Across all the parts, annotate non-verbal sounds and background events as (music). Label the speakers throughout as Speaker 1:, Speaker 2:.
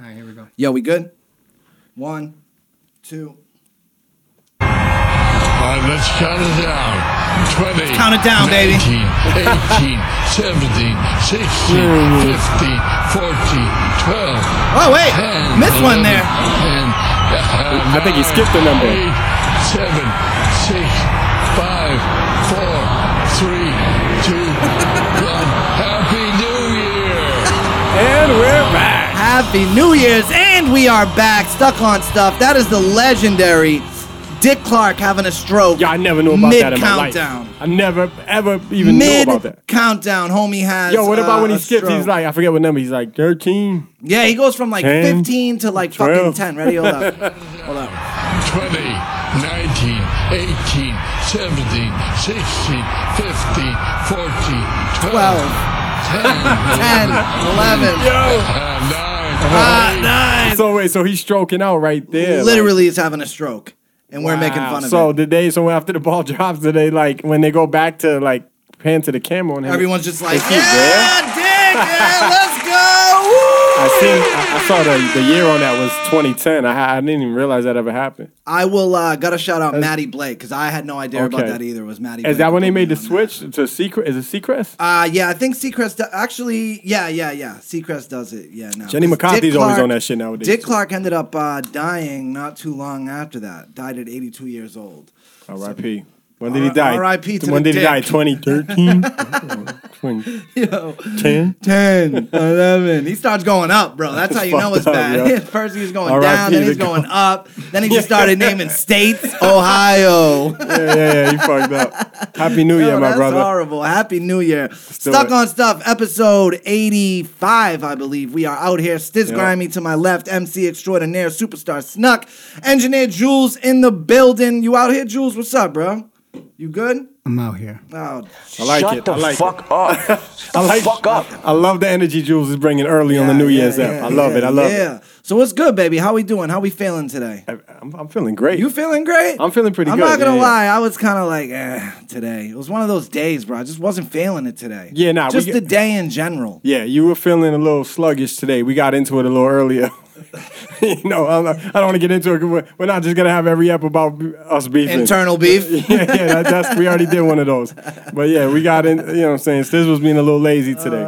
Speaker 1: All right, here we go.
Speaker 2: Yo, we good? One, two.
Speaker 3: All right, let's count it down. 20. Let's
Speaker 1: count it down, baby. (laughs)
Speaker 3: 18, 17, 16, 15, 14, 12.
Speaker 1: Hmm. Oh wait,
Speaker 3: 10,
Speaker 1: missed one there.
Speaker 3: 11, 10,
Speaker 4: I think he
Speaker 3: nine,
Speaker 4: skipped a number.
Speaker 3: eight, seven, six, five, four, three, two,
Speaker 1: (laughs)
Speaker 3: one. Happy New Year!
Speaker 4: And we're back.
Speaker 1: Happy New Year's, and we are back. Stuck on stuff. That is the legendary Dick Clark having a stroke.
Speaker 4: Yeah, I never knew about that in my life.
Speaker 1: Mid-countdown.
Speaker 4: I never ever even
Speaker 1: Mid
Speaker 4: knew about that.
Speaker 1: countdown, homie has.
Speaker 4: Yo, what about
Speaker 1: uh,
Speaker 4: when he
Speaker 1: a
Speaker 4: skips? He's
Speaker 1: stroke.
Speaker 4: like, I forget what number. He's like 13.
Speaker 1: yeah, he goes from like
Speaker 4: 10,
Speaker 1: 15 to like
Speaker 4: 12.
Speaker 1: fucking 10. Ready?
Speaker 4: (laughs)
Speaker 1: Hold up, hold up.
Speaker 3: 20, 19, 18, 17, 16, 15, 14,
Speaker 1: 12,
Speaker 3: 10,
Speaker 1: 10, 11.
Speaker 3: Uh, nine.
Speaker 1: Ah, nine.
Speaker 4: So wait, so he's stroking out right there.
Speaker 1: Literally is having a stroke, and we're
Speaker 4: like,
Speaker 1: making
Speaker 4: wow.
Speaker 1: fun of
Speaker 4: So
Speaker 1: it.
Speaker 4: did they? So after the ball (laughs) drops, did they like when they go back to like pan to the camera and
Speaker 1: Everyone's just like,
Speaker 4: Is he
Speaker 1: yeah,
Speaker 4: (laughs)
Speaker 1: Dick, yeah, let's go. Woo!
Speaker 4: I seen. I, I saw the the year on that was 2010. I, I didn't even realize that ever happened.
Speaker 1: I will uh, gotta shout out Maddie Blake because I had no idea about
Speaker 4: Okay.
Speaker 1: that either. Was Maddie?
Speaker 4: Is
Speaker 1: Blake
Speaker 4: that
Speaker 1: who
Speaker 4: when they
Speaker 1: put me
Speaker 4: made the
Speaker 1: on that.
Speaker 4: switch to secret? Is it secret?
Speaker 1: Uh, yeah, I think Seacrest do- actually. Yeah, yeah, yeah. Seacrest does it. Yeah, now
Speaker 4: Jenny
Speaker 1: 'Cause Dick
Speaker 4: McCarthy's always
Speaker 1: Clark-
Speaker 4: on that shit nowadays.
Speaker 1: Dick Clark ended up uh, dying not too long after that. Died at 82 years old. (laughs)
Speaker 4: R.I.P. When did he die?
Speaker 1: R.I.P. to
Speaker 4: When
Speaker 1: the
Speaker 4: did he die?
Speaker 1: dick.
Speaker 4: (laughs)
Speaker 1: (laughs)
Speaker 4: 2013. 10. (laughs)
Speaker 1: 10, 11. He starts going up, bro. That's how you know it's
Speaker 4: fucked up,
Speaker 1: bad.
Speaker 4: yo.
Speaker 1: (laughs) First he was going
Speaker 4: R.I.P.
Speaker 1: down, then
Speaker 4: to
Speaker 1: he's
Speaker 4: God. (laughs)
Speaker 1: going up, then he just started naming states,
Speaker 4: (laughs)
Speaker 1: Ohio.
Speaker 4: yeah, yeah, yeah. You fucked up. Happy New Year,
Speaker 1: Yo,
Speaker 4: my
Speaker 1: that's
Speaker 4: brother.
Speaker 1: horrible. Happy New Year.
Speaker 4: do
Speaker 1: Stuck
Speaker 4: it.
Speaker 1: on Stuff, episode 85, I believe. We are out here. Stiz
Speaker 4: Yeah.
Speaker 1: Grimy to my left, MC extraordinaire, superstar Snuck, engineer Jules in the building. You out here, Jules? What's up, bro? You good?
Speaker 5: I'm out here.
Speaker 1: Oh,
Speaker 4: I like
Speaker 6: Shut
Speaker 4: it.
Speaker 6: the
Speaker 4: I like (laughs)
Speaker 6: fuck up.
Speaker 4: it. I like
Speaker 6: fuck up.
Speaker 4: I love the energy Jules is bringing early on the
Speaker 1: yeah,
Speaker 4: New
Speaker 1: yeah,
Speaker 4: Year's
Speaker 1: yeah,
Speaker 4: app. I love it. I love
Speaker 1: yeah. So what's good, baby? How we doing? How we feeling today?
Speaker 4: it. I'm, I'm feeling great.
Speaker 1: You feeling great?
Speaker 4: I'm feeling pretty
Speaker 1: I'm
Speaker 4: good.
Speaker 1: not gonna
Speaker 4: Yeah, yeah.
Speaker 1: lie, I was kind of like eh, today. It was one of those days, bro. I just wasn't feeling it today.
Speaker 4: Yeah, nah, we
Speaker 1: just
Speaker 4: get-
Speaker 1: the day in general.
Speaker 4: yeah, you were feeling a little sluggish today. We got into it a little earlier. (laughs) you know, I, I don't want to get into it. 'cause We're, we're not just gonna have every app about us beefing.
Speaker 1: Internal
Speaker 4: (laughs)
Speaker 1: beef.
Speaker 4: yeah, yeah, that, that's we already did one of those. But yeah, we got in. You know, what I'm saying Stiz was being a little lazy today.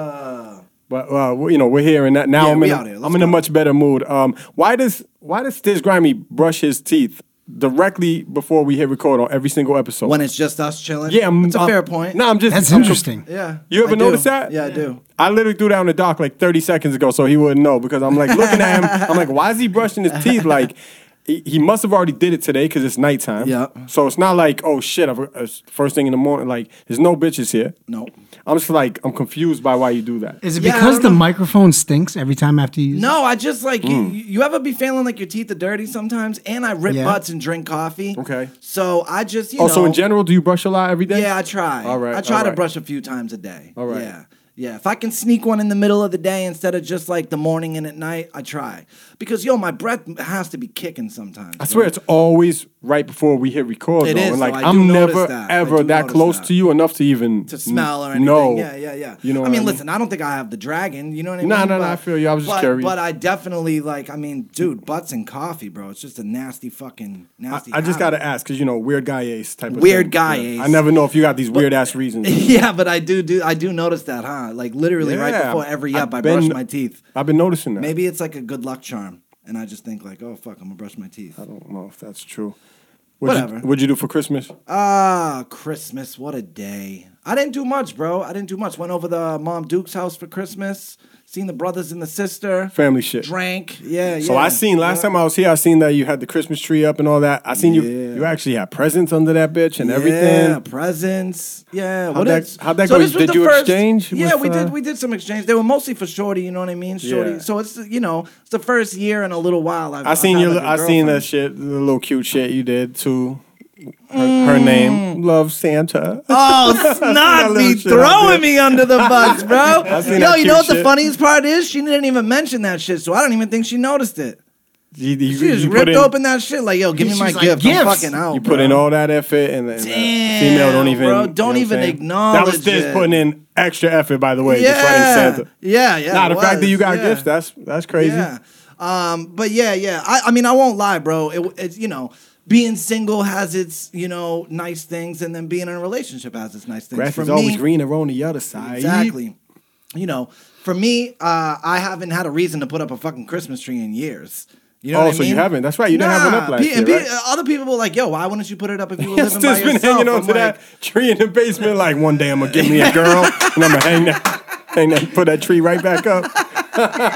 Speaker 4: but uh, we- you know, we're here and that now.
Speaker 1: Ah. Yeah,
Speaker 4: I'm
Speaker 1: we
Speaker 4: in. A,
Speaker 1: out here. Let's
Speaker 4: I'm in a much better mood. Um, why does why does Stiz Grimy brush his teeth directly before we hit record on every single episode?
Speaker 1: when it's just us chilling.
Speaker 4: yeah, I'm,
Speaker 1: it's a
Speaker 4: I'm-
Speaker 1: fair point.
Speaker 4: No, I'm just.
Speaker 5: That's
Speaker 4: I'm com-
Speaker 5: interesting.
Speaker 1: yeah,
Speaker 4: You ever
Speaker 1: I do.
Speaker 4: notice that?
Speaker 1: Yeah, I do.
Speaker 4: I literally threw down the dock like 30 seconds ago, so he wouldn't know because I'm like looking at him. I'm like, why is he brushing his teeth? Like, he, he must have already did it today because it's nighttime.
Speaker 1: Yeah.
Speaker 4: So it's not like, oh shit, I, for- it's first thing in the morning. Like, there's no bitches here.
Speaker 1: No.
Speaker 4: I'm just like, I'm confused by why you do that.
Speaker 5: Is it
Speaker 1: Yeah, I
Speaker 5: because
Speaker 1: don't
Speaker 5: the
Speaker 1: know.
Speaker 5: microphone stinks every time after you? use it?
Speaker 1: No, I just like you,
Speaker 4: Mm.
Speaker 1: you ever be feeling like your teeth are dirty sometimes, and I rip
Speaker 5: Yeah.
Speaker 1: butts and drink coffee.
Speaker 4: Okay.
Speaker 1: So I just you
Speaker 4: oh,
Speaker 1: know.
Speaker 4: so in general, do you brush a lot every day?
Speaker 1: yeah, I try.
Speaker 4: All right,
Speaker 1: I try
Speaker 4: all
Speaker 1: to
Speaker 4: right.
Speaker 1: brush a few times a day.
Speaker 4: All right.
Speaker 1: Yeah. Yeah, if I can sneak one in the middle of the day instead of just like the morning and at night, I try. Because yo, my breath has to be kicking sometimes.
Speaker 4: I swear it's always right before we hit record.
Speaker 1: It
Speaker 4: though.
Speaker 1: is,
Speaker 4: And, like
Speaker 1: though. I do
Speaker 4: I'm
Speaker 1: notice
Speaker 4: never
Speaker 1: that. I do
Speaker 4: ever that
Speaker 1: notice
Speaker 4: close
Speaker 1: that.
Speaker 4: to you enough to even
Speaker 1: to smell or anything.
Speaker 4: No.
Speaker 1: Yeah, yeah, yeah.
Speaker 4: You know
Speaker 1: I
Speaker 4: what
Speaker 1: mean,
Speaker 4: I mean?
Speaker 1: listen, I don't think I have the dragon. You know what I mean?
Speaker 4: Nah, nah, nah,
Speaker 1: But-
Speaker 4: I feel you. I was just
Speaker 1: but,
Speaker 4: curious.
Speaker 1: But I definitely like. I mean, dude, butts and coffee, bro. It's just a nasty fucking
Speaker 4: I,
Speaker 1: nasty.
Speaker 4: I just
Speaker 1: habit.
Speaker 4: gotta ask because you know weird guy ace type of
Speaker 1: Weird
Speaker 4: thing.
Speaker 1: guy
Speaker 4: Yeah.
Speaker 1: ace.
Speaker 4: I never know if you got these weird ass reasons.
Speaker 1: (laughs) Yeah, but I do do. I do notice that, huh? Like literally right
Speaker 4: Yeah,
Speaker 1: before every
Speaker 4: I've
Speaker 1: up, I
Speaker 4: been-
Speaker 1: brush my teeth.
Speaker 4: I've been noticing that.
Speaker 1: Maybe it's like a good luck charm, and I just think like, oh fuck, I'm gonna brush my teeth.
Speaker 4: I don't know if that's true. What'd
Speaker 1: Whatever.
Speaker 4: You, what'd you do for Christmas?
Speaker 1: Ah, Christmas, what a day. I didn't do much, bro. I didn't do much. Went over to Mom Duke's house for Christmas, seen the brothers and the sister.
Speaker 4: Family shit.
Speaker 1: Drank. Yeah, yeah.
Speaker 4: So I seen last time I was here. I seen that you had the Christmas tree up and all that. I seen you.
Speaker 1: Yeah.
Speaker 4: You actually had presents under that bitch and
Speaker 1: Yeah,
Speaker 4: everything.
Speaker 1: presents. Yeah.
Speaker 4: How'd that-
Speaker 1: else?
Speaker 4: how'd that go?
Speaker 1: this was
Speaker 4: Did
Speaker 1: the
Speaker 4: you exchange
Speaker 1: Yeah,
Speaker 4: with,
Speaker 1: we
Speaker 4: uh,
Speaker 1: did. We did some exchange. They were mostly for Shorty. You know what I mean? Shorty.
Speaker 4: Yeah.
Speaker 1: So it's you know it's the first year in a little while. I've,
Speaker 4: I seen
Speaker 1: I've
Speaker 4: your.
Speaker 1: had, like, a
Speaker 4: I seen that
Speaker 1: girlfriend.
Speaker 4: shit. The little cute shit you did too. Her, her
Speaker 1: Mm.
Speaker 4: name, love Santa. (laughs)
Speaker 1: Oh,
Speaker 4: that
Speaker 1: snot
Speaker 4: little
Speaker 1: be
Speaker 4: shit out
Speaker 1: throwing
Speaker 4: there.
Speaker 1: me under the
Speaker 4: (laughs)
Speaker 1: bus, bro.
Speaker 4: seen
Speaker 1: Yo,
Speaker 4: that
Speaker 1: you know
Speaker 4: cute
Speaker 1: what the
Speaker 4: shit.
Speaker 1: funniest part is? She didn't even mention that shit, so I don't even think she noticed it.
Speaker 4: You- you-
Speaker 1: She just
Speaker 4: you put
Speaker 1: ripped
Speaker 4: in-
Speaker 1: open that shit like, yo, give me
Speaker 5: She's
Speaker 1: my
Speaker 5: like,
Speaker 1: gift. I'm
Speaker 5: "Gifts."
Speaker 1: fucking out.
Speaker 4: You put
Speaker 1: Oh, bro.
Speaker 4: in all that effort, and, and uh,
Speaker 1: Damn,
Speaker 4: female don't even.
Speaker 1: bro.
Speaker 4: you know
Speaker 1: Don't
Speaker 4: what I'm
Speaker 1: even
Speaker 4: saying?
Speaker 1: acknowledge
Speaker 4: That was
Speaker 1: it.
Speaker 4: Diz putting in extra effort, by the way.
Speaker 1: yeah,
Speaker 4: Just writing Santa.
Speaker 1: yeah, yeah.
Speaker 4: nah,
Speaker 1: it
Speaker 4: the fact that
Speaker 1: was,
Speaker 4: you got
Speaker 1: yeah.
Speaker 4: gifts, that's that's crazy.
Speaker 1: Yeah. Um, but yeah, yeah. I, I mean, I won't lie, bro. It, it's you know, being single has its you know nice things, and then being in a relationship has its nice things.
Speaker 4: Grass
Speaker 1: For
Speaker 4: is always
Speaker 1: me-
Speaker 4: greener on the other side. (laughs)
Speaker 1: Exactly. You know, for me, uh, I haven't had a reason to put up a fucking Christmas tree in years. You know
Speaker 4: Oh,
Speaker 1: what I
Speaker 4: so you
Speaker 1: mean?
Speaker 4: haven't. That's right. You didn't have one up last
Speaker 1: and
Speaker 4: year, right?
Speaker 1: uh, Other people were like, "Yo, why wouldn't you put it up if you
Speaker 4: (laughs)
Speaker 1: were
Speaker 4: I've
Speaker 1: living by
Speaker 4: just been
Speaker 1: yourself?"
Speaker 4: hanging on
Speaker 1: I'm
Speaker 4: to
Speaker 1: like,
Speaker 4: that tree in the basement. Like one day I'm gonna get me
Speaker 1: (laughs)
Speaker 4: a girl and I'm gonna hang that, hang that, put that tree right back up. (laughs)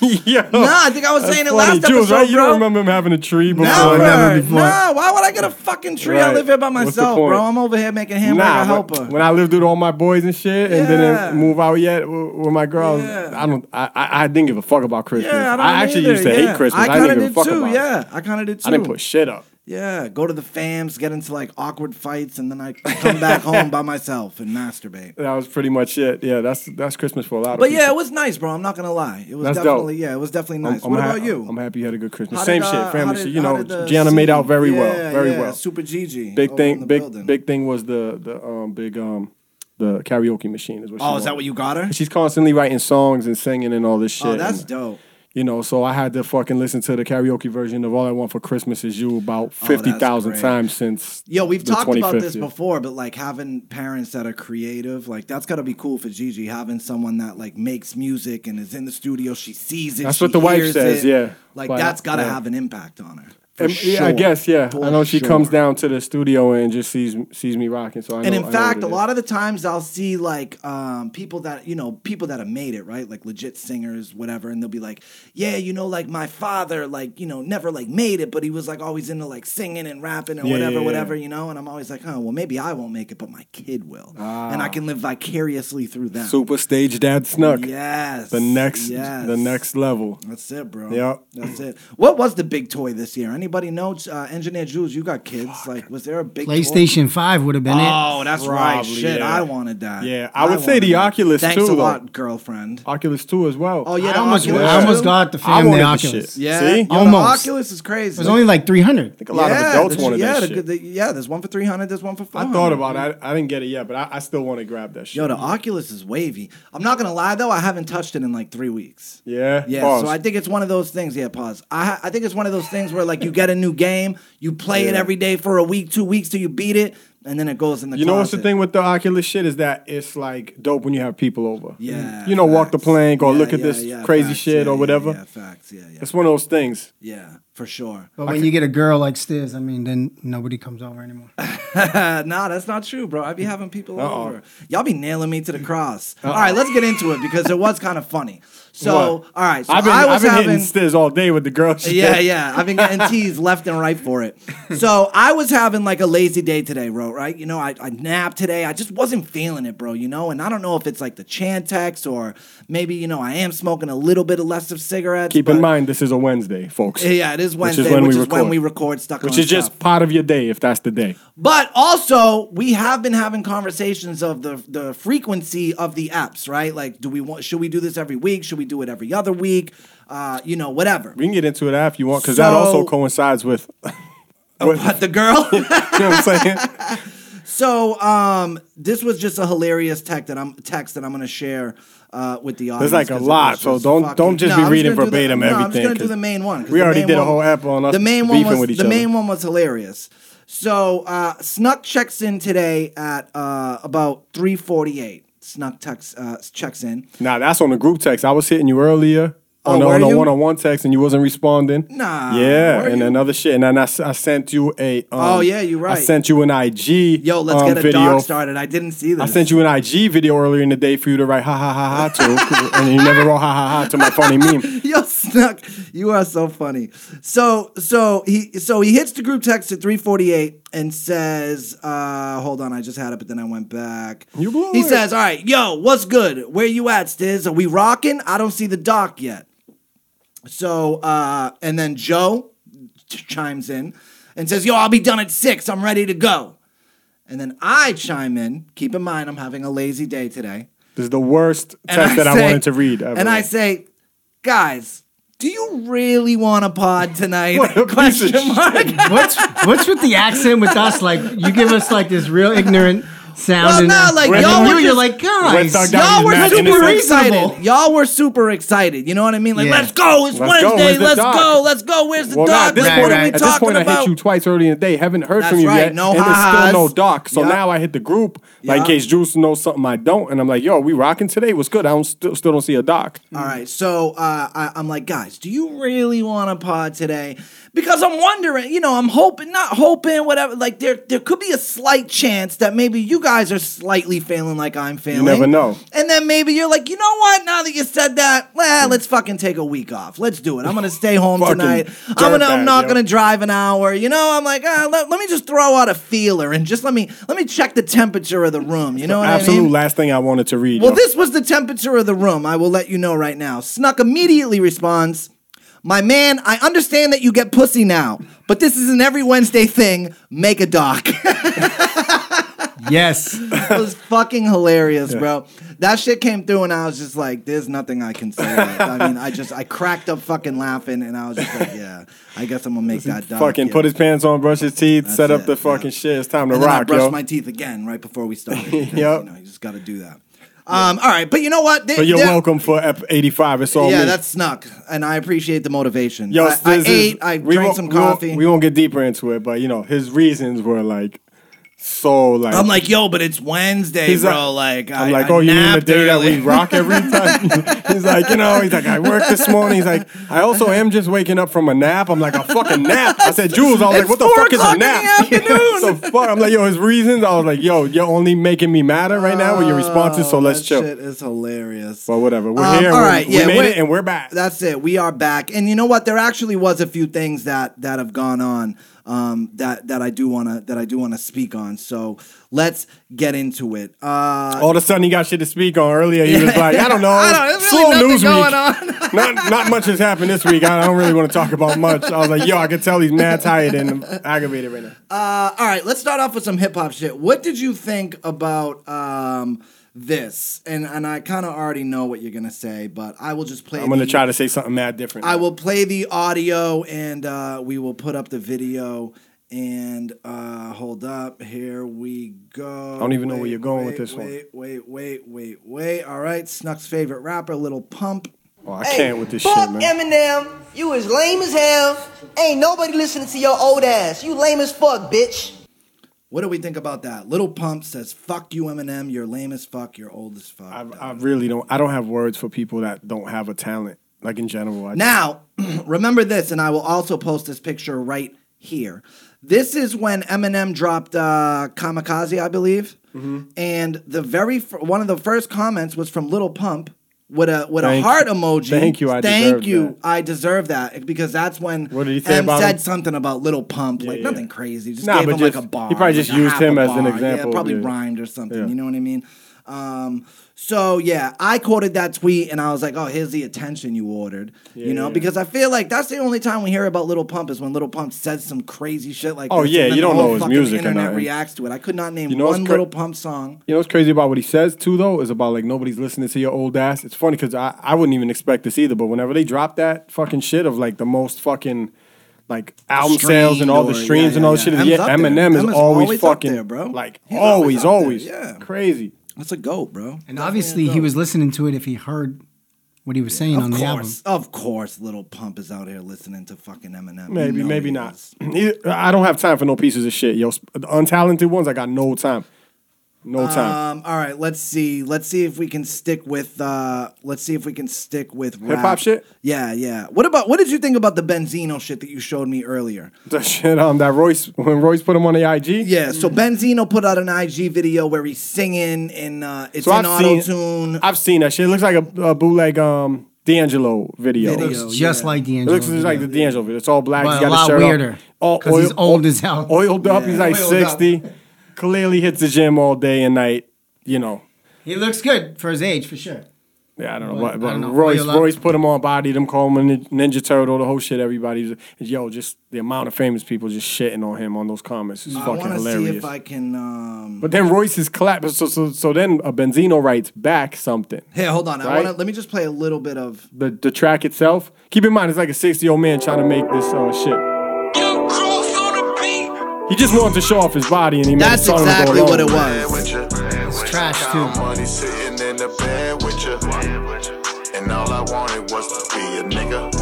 Speaker 4: Yo,
Speaker 1: Nah, I think I was saying it last
Speaker 4: Jules,
Speaker 1: episode,
Speaker 4: right? You
Speaker 1: bro.
Speaker 4: don't remember him having a tree before?
Speaker 1: Never.
Speaker 5: never before.
Speaker 1: Nah, why would I get a fucking tree? I
Speaker 4: Right.
Speaker 1: live here by
Speaker 4: What's the
Speaker 1: myself,
Speaker 4: point?
Speaker 1: bro. I'm over here making hamburger
Speaker 4: Nah,
Speaker 1: helper.
Speaker 4: when, when I lived with all my boys and shit, and
Speaker 1: Yeah.
Speaker 4: didn't move out yet w- with my girls,
Speaker 1: Yeah.
Speaker 4: I don't. I, I I didn't give a fuck about Christmas.
Speaker 1: yeah, I, don't
Speaker 4: actually
Speaker 1: either,
Speaker 4: used to
Speaker 1: yeah.
Speaker 4: hate Christmas.
Speaker 1: I
Speaker 4: I,
Speaker 1: kind
Speaker 4: didn't
Speaker 1: of
Speaker 4: give a
Speaker 1: did
Speaker 4: fuck
Speaker 1: too.
Speaker 4: about. it.
Speaker 1: Yeah, I kind of did too.
Speaker 4: I didn't put shit up.
Speaker 1: Yeah, go to the fams, get into like awkward fights, and then I come back home by myself and masturbate.
Speaker 4: That was pretty much it. Yeah, that's that's Christmas for a lot of
Speaker 1: But
Speaker 4: people.
Speaker 1: yeah, it was nice, bro. I'm not gonna lie. It was
Speaker 4: That's dope.
Speaker 1: definitely yeah, it was definitely nice.
Speaker 4: I'm
Speaker 1: what
Speaker 4: ha-
Speaker 1: about you?
Speaker 4: I'm happy you had a good Christmas.
Speaker 1: How
Speaker 4: Same
Speaker 1: did, uh,
Speaker 4: shit, family
Speaker 1: how
Speaker 4: shit.
Speaker 1: did-
Speaker 4: You
Speaker 1: how
Speaker 4: know,
Speaker 1: did the
Speaker 4: Gianna made out
Speaker 1: scene-
Speaker 4: very
Speaker 1: yeah,
Speaker 4: well, very
Speaker 1: yeah,
Speaker 4: well.
Speaker 1: Super Gigi.
Speaker 4: Big
Speaker 1: over in
Speaker 4: thing,
Speaker 1: the
Speaker 4: big
Speaker 1: building.
Speaker 4: big thing was the the um big um the karaoke machine is what.
Speaker 1: Oh,
Speaker 4: she
Speaker 1: is that
Speaker 4: wanted.
Speaker 1: what you got her?
Speaker 4: She's constantly writing songs and singing and all this shit.
Speaker 1: Oh, that's
Speaker 4: and,
Speaker 1: dope.
Speaker 4: You know, so I had to fucking listen to the karaoke version of "All I Want for Christmas Is You" about
Speaker 1: Oh, that's
Speaker 4: fifty thousand
Speaker 1: great.
Speaker 4: times since.
Speaker 1: Yo, we've
Speaker 4: the
Speaker 1: talked about
Speaker 4: 25th,
Speaker 1: this
Speaker 4: yeah.
Speaker 1: before, but like having parents that are creative, like that's gotta be cool for Gigi. Having someone that like makes music and is in the studio, she sees it.
Speaker 4: That's
Speaker 1: she
Speaker 4: what the wife
Speaker 1: hears
Speaker 4: says,
Speaker 1: it.
Speaker 4: yeah.
Speaker 1: like
Speaker 4: But,
Speaker 1: that's gotta
Speaker 4: yeah.
Speaker 1: have an impact on her. For
Speaker 4: And- yeah, I
Speaker 1: sure.
Speaker 4: guess, yeah.
Speaker 1: For
Speaker 4: I know she comes
Speaker 1: sure.
Speaker 4: down to the studio and just sees sees me rocking. So I know.
Speaker 1: And
Speaker 4: I
Speaker 1: in
Speaker 4: know what
Speaker 1: fact,
Speaker 4: it
Speaker 1: a
Speaker 4: is.
Speaker 1: lot of the times I'll see like um, people that you know people that have made it right, like legit singers, whatever, and they'll be like, "Yeah, you know, like my father, like you know, never like made it, but he was like always into like singing and rapping and
Speaker 4: Yeah,
Speaker 1: whatever,
Speaker 4: yeah, yeah.
Speaker 1: whatever, you know." And I'm always like, "Huh, well, maybe I won't make it, but my kid will,
Speaker 4: Ah.
Speaker 1: and I can live vicariously through them."
Speaker 4: super stage dad snuck.
Speaker 1: Yes.
Speaker 4: The next,
Speaker 1: Yes.
Speaker 4: the next level.
Speaker 1: That's it, bro.
Speaker 4: Yep.
Speaker 1: That's it. What was the big toy this year? Anybody know? Uh, Engineer Jules, you got kids. Like, was there a big Toy?
Speaker 5: PlayStation 5 would have been
Speaker 1: Oh, that's right.
Speaker 4: Probably,
Speaker 1: Shit,
Speaker 4: yeah.
Speaker 1: I wanted that.
Speaker 4: Yeah, I would say
Speaker 1: wanted
Speaker 4: the
Speaker 1: that.
Speaker 4: Oculus
Speaker 1: Thanks
Speaker 4: too,
Speaker 1: a
Speaker 4: though.
Speaker 1: lot, girlfriend.
Speaker 4: Oculus Two as well.
Speaker 1: Oh
Speaker 5: it.
Speaker 1: yeah,
Speaker 5: I
Speaker 1: the
Speaker 5: almost,
Speaker 1: Oculus.
Speaker 5: I almost
Speaker 1: too?
Speaker 5: got the
Speaker 4: I
Speaker 5: family
Speaker 4: wanted the
Speaker 5: Oculus.
Speaker 4: shit.
Speaker 5: It
Speaker 1: Yeah,
Speaker 4: See?
Speaker 1: Yo, the
Speaker 5: Almost.
Speaker 1: Oculus is crazy.
Speaker 5: was only like 300.
Speaker 4: think a lot
Speaker 1: yeah,
Speaker 4: of adults
Speaker 1: the-
Speaker 4: wanted
Speaker 1: yeah,
Speaker 4: that
Speaker 1: the-
Speaker 4: shit.
Speaker 1: the- yeah, there's one for three hundred. There's one for five.
Speaker 4: I thought about it. I, I didn't get it yet, but I, I still want to grab that shit.
Speaker 1: Yo, the Oculus is wavy. I'm not gonna lie though, I haven't touched it in like three weeks.
Speaker 4: yeah.
Speaker 1: Yeah,
Speaker 4: Pause.
Speaker 1: so I think it's one of those things. Yeah, pause. I ha- I think it's one of those things where like you get a new game, you play it
Speaker 4: Yeah.
Speaker 1: every day for a week, two weeks till you beat it, and then it goes in the.
Speaker 4: you know what's the
Speaker 1: closet.
Speaker 4: thing with the Oculus shit is that it's like dope when you have people over.
Speaker 1: Yeah,
Speaker 4: You know, walk the
Speaker 1: facts.
Speaker 4: plank or
Speaker 1: Yeah,
Speaker 4: look at
Speaker 1: yeah,
Speaker 4: this
Speaker 1: yeah,
Speaker 4: crazy
Speaker 1: facts.
Speaker 4: shit
Speaker 1: Yeah,
Speaker 4: or
Speaker 1: yeah,
Speaker 4: whatever.
Speaker 1: Yeah, facts. Yeah, yeah,
Speaker 4: It's one of those things.
Speaker 1: yeah, for sure.
Speaker 5: But when you get a girl like Stiz, I mean, then nobody comes
Speaker 1: (laughs)
Speaker 5: over anymore.
Speaker 1: Uh, nah, that's not true, bro. I be having people
Speaker 4: Uh-oh.
Speaker 1: over. Y'all be nailing me to the cross. All right, let's get into it because it was kind of funny. So,
Speaker 4: What?
Speaker 1: all right, so
Speaker 4: I've been,
Speaker 1: I
Speaker 4: I
Speaker 1: was
Speaker 4: have been
Speaker 1: having.
Speaker 4: hitting stiz all day with the girl shit.
Speaker 1: (laughs) yeah, yeah. I've been getting teased left and right
Speaker 4: (laughs)
Speaker 1: for it. So I was having like a lazy day today, bro, right? You know, I, I napped today. I just wasn't feeling it, bro, you know? And I don't know if it's like the Chantex or maybe, you know, I am smoking a little bit of less of cigarettes.
Speaker 4: Keep
Speaker 1: but-
Speaker 4: in mind, this is a Wednesday, folks.
Speaker 1: Yeah, it is Wednesday,
Speaker 4: when we record.
Speaker 1: record Stuck
Speaker 4: Which
Speaker 1: on
Speaker 4: is just
Speaker 1: Stuff.
Speaker 4: part of your day if that's the day.
Speaker 1: But also, we have been having conversations of the the frequency of the apps, right? Like, do we want? Should we do this every week? Should we do it every other week? Uh, you know, whatever.
Speaker 4: We can get into it after you want because that
Speaker 1: So-
Speaker 4: also coincides with. (laughs) with
Speaker 1: But the girl.
Speaker 4: (laughs) you know what I'm saying?
Speaker 1: so, um, this was just a hilarious text that I'm text that I'm gonna share uh, with the audience.
Speaker 4: There's like a
Speaker 1: 'cause it
Speaker 4: lot,
Speaker 1: was
Speaker 4: so
Speaker 1: just
Speaker 4: don't- don't just be
Speaker 1: I'm
Speaker 4: reading
Speaker 1: gonna do the-
Speaker 4: verbatim
Speaker 1: I'm just
Speaker 4: everything,
Speaker 1: gonna do
Speaker 4: 'cause
Speaker 1: the main one. 'cause
Speaker 4: we
Speaker 1: the
Speaker 4: already
Speaker 1: main
Speaker 4: did a
Speaker 1: one-
Speaker 4: whole app on us
Speaker 1: The main one
Speaker 4: beefing
Speaker 1: was
Speaker 4: with each
Speaker 1: the
Speaker 4: other.
Speaker 1: main one was hilarious. So uh, Snuck checks in today at uh, about 3:48. Snuck text, uh, checks in.
Speaker 4: Nah, that's on the group text. I was hitting you earlier
Speaker 1: Oh,
Speaker 4: on the,
Speaker 1: were
Speaker 4: on the
Speaker 1: you?
Speaker 4: one-on-one text, and you wasn't responding.
Speaker 1: Nah,
Speaker 4: Yeah,
Speaker 1: were
Speaker 4: and
Speaker 1: you?
Speaker 4: another shit, and then I, s- I sent you a. Um,
Speaker 1: Oh, yeah, you right.
Speaker 4: I sent you an IG.
Speaker 1: Yo, let's
Speaker 4: um,
Speaker 1: get a
Speaker 4: video.
Speaker 1: dog started. I didn't see this.
Speaker 4: I sent you an IG video earlier in the day for you to write ha ha ha ha to, and you never wrote ha ha ha to my
Speaker 1: (laughs)
Speaker 4: funny meme.
Speaker 1: Yo, Snuck, you are so funny. So, so he, so he hits the group text at 3:48 and says, uh, "Hold on, I just had it, but then I went back."
Speaker 4: You blew
Speaker 1: he
Speaker 4: it.
Speaker 1: says, "All right, yo, what's good? Where you at, Stiz? Are we rocking? I don't see the doc yet." So, uh, and then Joe ch- chimes in and says, "Yo, I'll be done at six. I'm ready to go." And then I chime in. Keep in mind, I'm having a lazy day today
Speaker 4: This is the worst
Speaker 1: and
Speaker 4: text that I
Speaker 1: say-
Speaker 4: wanted to read. Ever.
Speaker 1: And I say, guys, do you really want a pod
Speaker 4: (laughs)
Speaker 1: tonight?
Speaker 4: What a piece of
Speaker 1: Question mark.
Speaker 5: what's what's with the accent with us? Like you give us like this real ignorant sound.
Speaker 1: Well,
Speaker 5: and,
Speaker 1: nah, like,
Speaker 5: and
Speaker 1: y'all
Speaker 5: you,
Speaker 1: were
Speaker 5: you're
Speaker 1: just-
Speaker 5: like,
Speaker 4: Red
Speaker 5: guys,
Speaker 4: Sox
Speaker 1: Y'all were
Speaker 4: Not
Speaker 1: super
Speaker 4: innocent.
Speaker 1: excited.
Speaker 5: Reasonable.
Speaker 1: Y'all were super excited. You know what I mean? Like,
Speaker 5: Yeah.
Speaker 1: let's go. It's
Speaker 4: Let's go.
Speaker 1: Wednesday.
Speaker 4: Where's the
Speaker 1: let's
Speaker 4: dog?
Speaker 1: go. Let's go. Where's the
Speaker 4: Well, nah,
Speaker 1: dog?
Speaker 4: at this
Speaker 1: man?
Speaker 5: Right,
Speaker 4: point,
Speaker 1: what are we
Speaker 5: right.
Speaker 4: at this
Speaker 1: talking
Speaker 4: point,
Speaker 1: about?
Speaker 4: I hit you twice early in the day. Haven't heard
Speaker 1: That's
Speaker 4: from you
Speaker 1: right,
Speaker 4: yet,
Speaker 1: no
Speaker 4: and there's still no
Speaker 1: ha-has.
Speaker 4: doc. So
Speaker 1: Yeah.
Speaker 4: now I hit the group, like in
Speaker 1: Yeah.
Speaker 4: case Juice knows something I don't, and I'm like, "Yo, we rocking today. What's good? I don't still, still don't see a doc."
Speaker 1: All right. So uh, I, I'm like, guys, do you really want a pod today? Because I'm wondering, you know, I'm hoping, not hoping, whatever. Like there, there could be a slight chance that maybe you guys are slightly feeling like I'm feeling.
Speaker 4: never know.
Speaker 1: And then maybe you're like, you know what? Now that you said that, well, let's fucking take a week off. Let's do it. I'm gonna stay home
Speaker 4: Mm. Fucking
Speaker 1: tonight. I'm gonna, I'm
Speaker 4: dirtbag,
Speaker 1: not
Speaker 4: yo.
Speaker 1: gonna drive an hour. You know, I'm like, ah, let, let me just throw out a feeler and just let me, let me check the temperature of the room. You know what
Speaker 4: Absolute
Speaker 1: I mean?
Speaker 4: last thing I wanted to read.
Speaker 1: Well,
Speaker 4: yo.
Speaker 1: this was the temperature of the room. I will let you know right now. Snuck immediately responds, My man, I understand that you get pussy now, but this is an every Wednesday thing. Make a doc. (laughs) it
Speaker 5: yes.
Speaker 1: (laughs) was fucking hilarious, bro. That shit came through, and I was just like, There's nothing I can say. I mean, I just, I cracked up fucking laughing, and I was just like, Yeah, I guess I'm gonna make that doc.
Speaker 4: fucking
Speaker 1: yeah."
Speaker 4: put his pants on, brush his teeth, set up
Speaker 1: it,
Speaker 4: the
Speaker 1: yeah.
Speaker 4: fucking shit. It's time to
Speaker 1: and then I
Speaker 4: rock,
Speaker 1: brushed
Speaker 4: yo.
Speaker 1: my teeth again right before we
Speaker 4: (laughs)
Speaker 1: started. yep. You,
Speaker 4: Yep.
Speaker 1: know, you just gotta do that. Um, all right, but you know what? They-
Speaker 4: but you're
Speaker 1: they're-
Speaker 4: welcome for ep- 85. It's all
Speaker 1: yeah,
Speaker 4: me.
Speaker 1: that's snuck, and I appreciate the motivation.
Speaker 4: Yo,
Speaker 1: I, I
Speaker 4: this is-
Speaker 1: ate, I
Speaker 4: we
Speaker 1: drank
Speaker 4: won't-
Speaker 1: some
Speaker 4: we won't-
Speaker 1: coffee.
Speaker 4: We won't get deeper into it, but you know his reasons were like so like
Speaker 1: I'm like, yo, but it's Wednesday,
Speaker 4: He's
Speaker 1: bro.
Speaker 4: like-
Speaker 1: Like,
Speaker 4: I'm
Speaker 1: I-
Speaker 4: like,
Speaker 1: I
Speaker 4: oh, you mean the
Speaker 1: napped
Speaker 4: day that we
Speaker 1: early."
Speaker 4: rock every
Speaker 1: (laughs)
Speaker 4: time? (laughs) he's like, you know, he's like, I worked this morning. He's like, I also am just waking up from a nap. I'm like, a fucking nap. I said, Jules, I was
Speaker 1: It's
Speaker 4: like, what the
Speaker 1: four
Speaker 4: fuck is
Speaker 1: o'clock
Speaker 4: a
Speaker 1: in
Speaker 4: nap? (laughs)
Speaker 1: the afternoon.
Speaker 4: so fuck. I'm like, yo, his reasons. I was like, yo, you're only making me madder right now with your responses. So let's
Speaker 1: Oh, That
Speaker 4: chill.
Speaker 1: Shit is hilarious.
Speaker 4: But whatever, we're
Speaker 1: Um,
Speaker 4: here.
Speaker 1: all
Speaker 4: We're-
Speaker 1: right,
Speaker 4: we
Speaker 1: yeah,
Speaker 4: made
Speaker 1: we're-
Speaker 4: it, and we're back.
Speaker 1: That's it. We are back, and you know what? There actually was a few things that that have gone on um, that that I do wanna that I do wanna speak on. So let's get into it. Uh,
Speaker 4: All of a sudden, he got shit to speak on. Earlier, he was like, I don't know.
Speaker 1: (laughs) I don't- there's really nothing going
Speaker 4: week. (laughs) not, not much has happened this week. I don't really want to talk about much. I was like, yo, I could tell he's mad tired and aggravated right now.
Speaker 1: Uh, all right, let's start off with some hip hop shit. What did you think about um, this? And and I kind of already know what you're gonna say, but I will just play.
Speaker 4: I'm going to
Speaker 1: the-
Speaker 4: try to say something mad different.
Speaker 1: I will play the audio, and uh, we will put up the video. And uh, hold up, here we go. I
Speaker 4: don't even know where you're going with this one.
Speaker 1: Wait, wait, wait, wait, wait. All right, Snuck's favorite rapper, Little Pump.
Speaker 4: Oh, I
Speaker 6: Hey,
Speaker 4: can't with this shit,
Speaker 6: fuck
Speaker 4: man.
Speaker 6: Eminem, you as lame as hell. Ain't nobody listening to your old ass. You lame as fuck, bitch.
Speaker 1: What do we think about that? Little Pump says, "Fuck you, Eminem. You're lame as fuck. You're old as fuck."
Speaker 4: I, I really don't. I don't have words for people that don't have a talent. Like in general, I
Speaker 1: Now, (clears throat) remember this, and I will also post this picture right here. This is when Eminem dropped uh, Kamikaze, I believe,
Speaker 4: Mm-hmm.
Speaker 1: and the very fir- one of the first comments was from Little Pump with a with
Speaker 4: Thank-
Speaker 1: a heart emoji.
Speaker 4: thank you, I
Speaker 1: thank
Speaker 4: deserve
Speaker 1: you,
Speaker 4: that.
Speaker 1: I deserve that because that's when
Speaker 4: What did he say
Speaker 1: Em
Speaker 4: about
Speaker 1: said
Speaker 4: him?
Speaker 1: something about Little Pump, like
Speaker 4: yeah.
Speaker 1: nothing crazy, just
Speaker 4: Nah,
Speaker 1: gave
Speaker 4: but
Speaker 1: him like
Speaker 4: just-
Speaker 1: a bar.
Speaker 4: he probably just
Speaker 1: like a
Speaker 4: used
Speaker 1: half a
Speaker 4: him as an
Speaker 1: bar.
Speaker 4: example,
Speaker 1: Yeah, probably
Speaker 4: yeah.
Speaker 1: rhymed or something.
Speaker 4: Yeah.
Speaker 1: You know what I mean? Um, so yeah, I quoted that tweet and I was like, "Oh, here's the attention you ordered," you know,
Speaker 4: yeah.
Speaker 1: because I feel like that's the only time we hear about Little Pump is when Little Pump says some crazy shit like,
Speaker 4: Oh,
Speaker 1: this,
Speaker 4: yeah,
Speaker 1: and then
Speaker 4: you
Speaker 1: the
Speaker 4: don't
Speaker 1: whole
Speaker 4: know his
Speaker 1: fucking
Speaker 4: music or
Speaker 1: internet
Speaker 4: nothing.
Speaker 1: reacts to it. I could not name
Speaker 4: You know what's
Speaker 1: one
Speaker 4: cra-
Speaker 1: Little Pump song.
Speaker 4: You know what's crazy about what he says too, though, is about like nobody's listening to your old ass. It's funny because I, I wouldn't even expect this either. But whenever they drop that fucking shit of like the most fucking like album
Speaker 1: Streamed
Speaker 4: sales and all the
Speaker 1: or- yeah,
Speaker 4: streams and
Speaker 1: yeah,
Speaker 4: all
Speaker 1: yeah.
Speaker 4: this shit,
Speaker 1: Em's
Speaker 4: yeah,
Speaker 1: up there.
Speaker 4: Eminem is
Speaker 1: Em
Speaker 4: always,
Speaker 1: is always up
Speaker 4: fucking
Speaker 1: there, bro.
Speaker 4: Like
Speaker 1: He's
Speaker 4: always,
Speaker 1: always up there,
Speaker 4: always,
Speaker 1: yeah.
Speaker 4: crazy.
Speaker 1: That's a goat, bro.
Speaker 5: And obviously, he was listening to it if he heard what he was saying on
Speaker 1: of
Speaker 5: the album.
Speaker 1: course, of course, Little Pump is out here listening to fucking Eminem. You
Speaker 4: Maybe,
Speaker 1: know
Speaker 4: maybe
Speaker 1: he
Speaker 4: not.
Speaker 1: is.
Speaker 4: I don't have time for no pieces of shit, yo. The untalented ones, I got no time, no time. (laughs)
Speaker 1: Um, all right, let's see. Let's see if we can stick with. Uh, let's see if we can stick with
Speaker 4: Hip-hop
Speaker 1: rap.
Speaker 4: shit?
Speaker 1: Yeah, yeah. What about what did you think about the Benzino shit that you showed me earlier?
Speaker 4: The shit um, that Royce when Royce put him on the IG.
Speaker 1: Yeah. So Benzino put out an IG video where he's singing and uh, it's
Speaker 4: So
Speaker 1: in
Speaker 4: I've
Speaker 1: auto
Speaker 4: seen,
Speaker 1: tune.
Speaker 4: I've seen that shit. It looks like a, a bootleg um, D'Angelo video.
Speaker 1: Video.
Speaker 5: Looks
Speaker 1: yeah.
Speaker 5: just like
Speaker 4: It
Speaker 5: D'Angelo.
Speaker 4: looks just like the D'Angelo video. It's all black.
Speaker 5: But
Speaker 4: he's got
Speaker 5: a lot
Speaker 4: shirt off.
Speaker 5: weirder,
Speaker 4: All
Speaker 5: 'cause he's
Speaker 4: oil-
Speaker 5: old as hell.
Speaker 4: Oiled up. He's like
Speaker 5: Oiled up.
Speaker 4: 60. Clearly hits the gym all day and night. You know.
Speaker 5: he looks good for his age, for sure.
Speaker 4: Yeah, I don't know.
Speaker 5: But-
Speaker 4: But,
Speaker 5: I
Speaker 4: but
Speaker 5: don't know.
Speaker 4: Royce,
Speaker 5: Oiled up.
Speaker 4: Royce put him on body. Them call him a nin- Ninja Turtle. The whole shit. Everybody's yo. Just the amount of famous people just shitting on him on those comments is
Speaker 1: I
Speaker 4: fucking
Speaker 1: want to see
Speaker 4: hilarious.
Speaker 1: if I can. Um...
Speaker 4: but then Royce's clap. So so so then a Benzino writes back something.
Speaker 1: Hey, hold on. I
Speaker 4: Right?
Speaker 1: want to. Let me just play a little bit of.
Speaker 4: the, the track itself. Keep in mind, it's like a 60 year old man trying to make this uh, shit.
Speaker 7: Your girl's on the beat,
Speaker 4: He just wanted to show off his body, and he
Speaker 1: That's
Speaker 4: made a song
Speaker 1: exactly
Speaker 4: to go
Speaker 1: what
Speaker 4: along
Speaker 1: it
Speaker 4: with
Speaker 1: was.
Speaker 7: It's
Speaker 5: trash, too.
Speaker 7: Money sitting in the bed with you. And all I wanted was to be a nigga.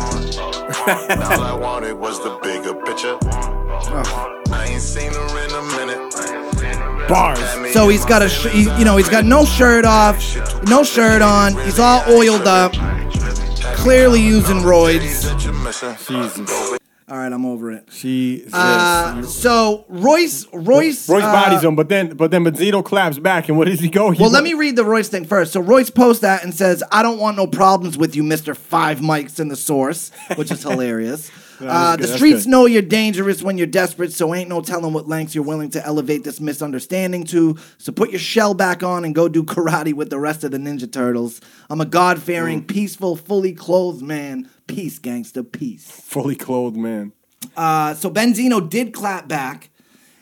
Speaker 7: and all I wanted was the bigger picture. I ain't seen her in a minute.
Speaker 4: Bars.
Speaker 1: So he's got a, sh- he, you know, he's got no shirt off, no shirt on. He's all oiled up, clearly using roids.
Speaker 4: Jesus.
Speaker 1: All right, I'm over it.
Speaker 4: Jesus.
Speaker 1: Uh, so Royce, Royce,
Speaker 4: Royce
Speaker 1: uh,
Speaker 4: bodies him, but then but then Benzito claps back, and where does he go? He
Speaker 1: Well, let
Speaker 4: went-
Speaker 1: me read the Royce thing first. So Royce posts that and says, "I don't want no problems with you, Mister Five Mics in the Source,"
Speaker 4: (laughs)
Speaker 1: which is hilarious. uh,
Speaker 4: good,
Speaker 1: the
Speaker 4: that's
Speaker 1: streets
Speaker 4: good.
Speaker 1: know you're dangerous when you're desperate, so ain't no telling what lengths you're willing to elevate this misunderstanding to. So put your shell back on and go do karate with the rest of the Ninja Turtles. I'm a God fearing,
Speaker 4: Mm.
Speaker 1: peaceful, fully clothed man. Peace, gangster, peace.
Speaker 4: fully clothed man.
Speaker 1: Uh, so Benzino did clap back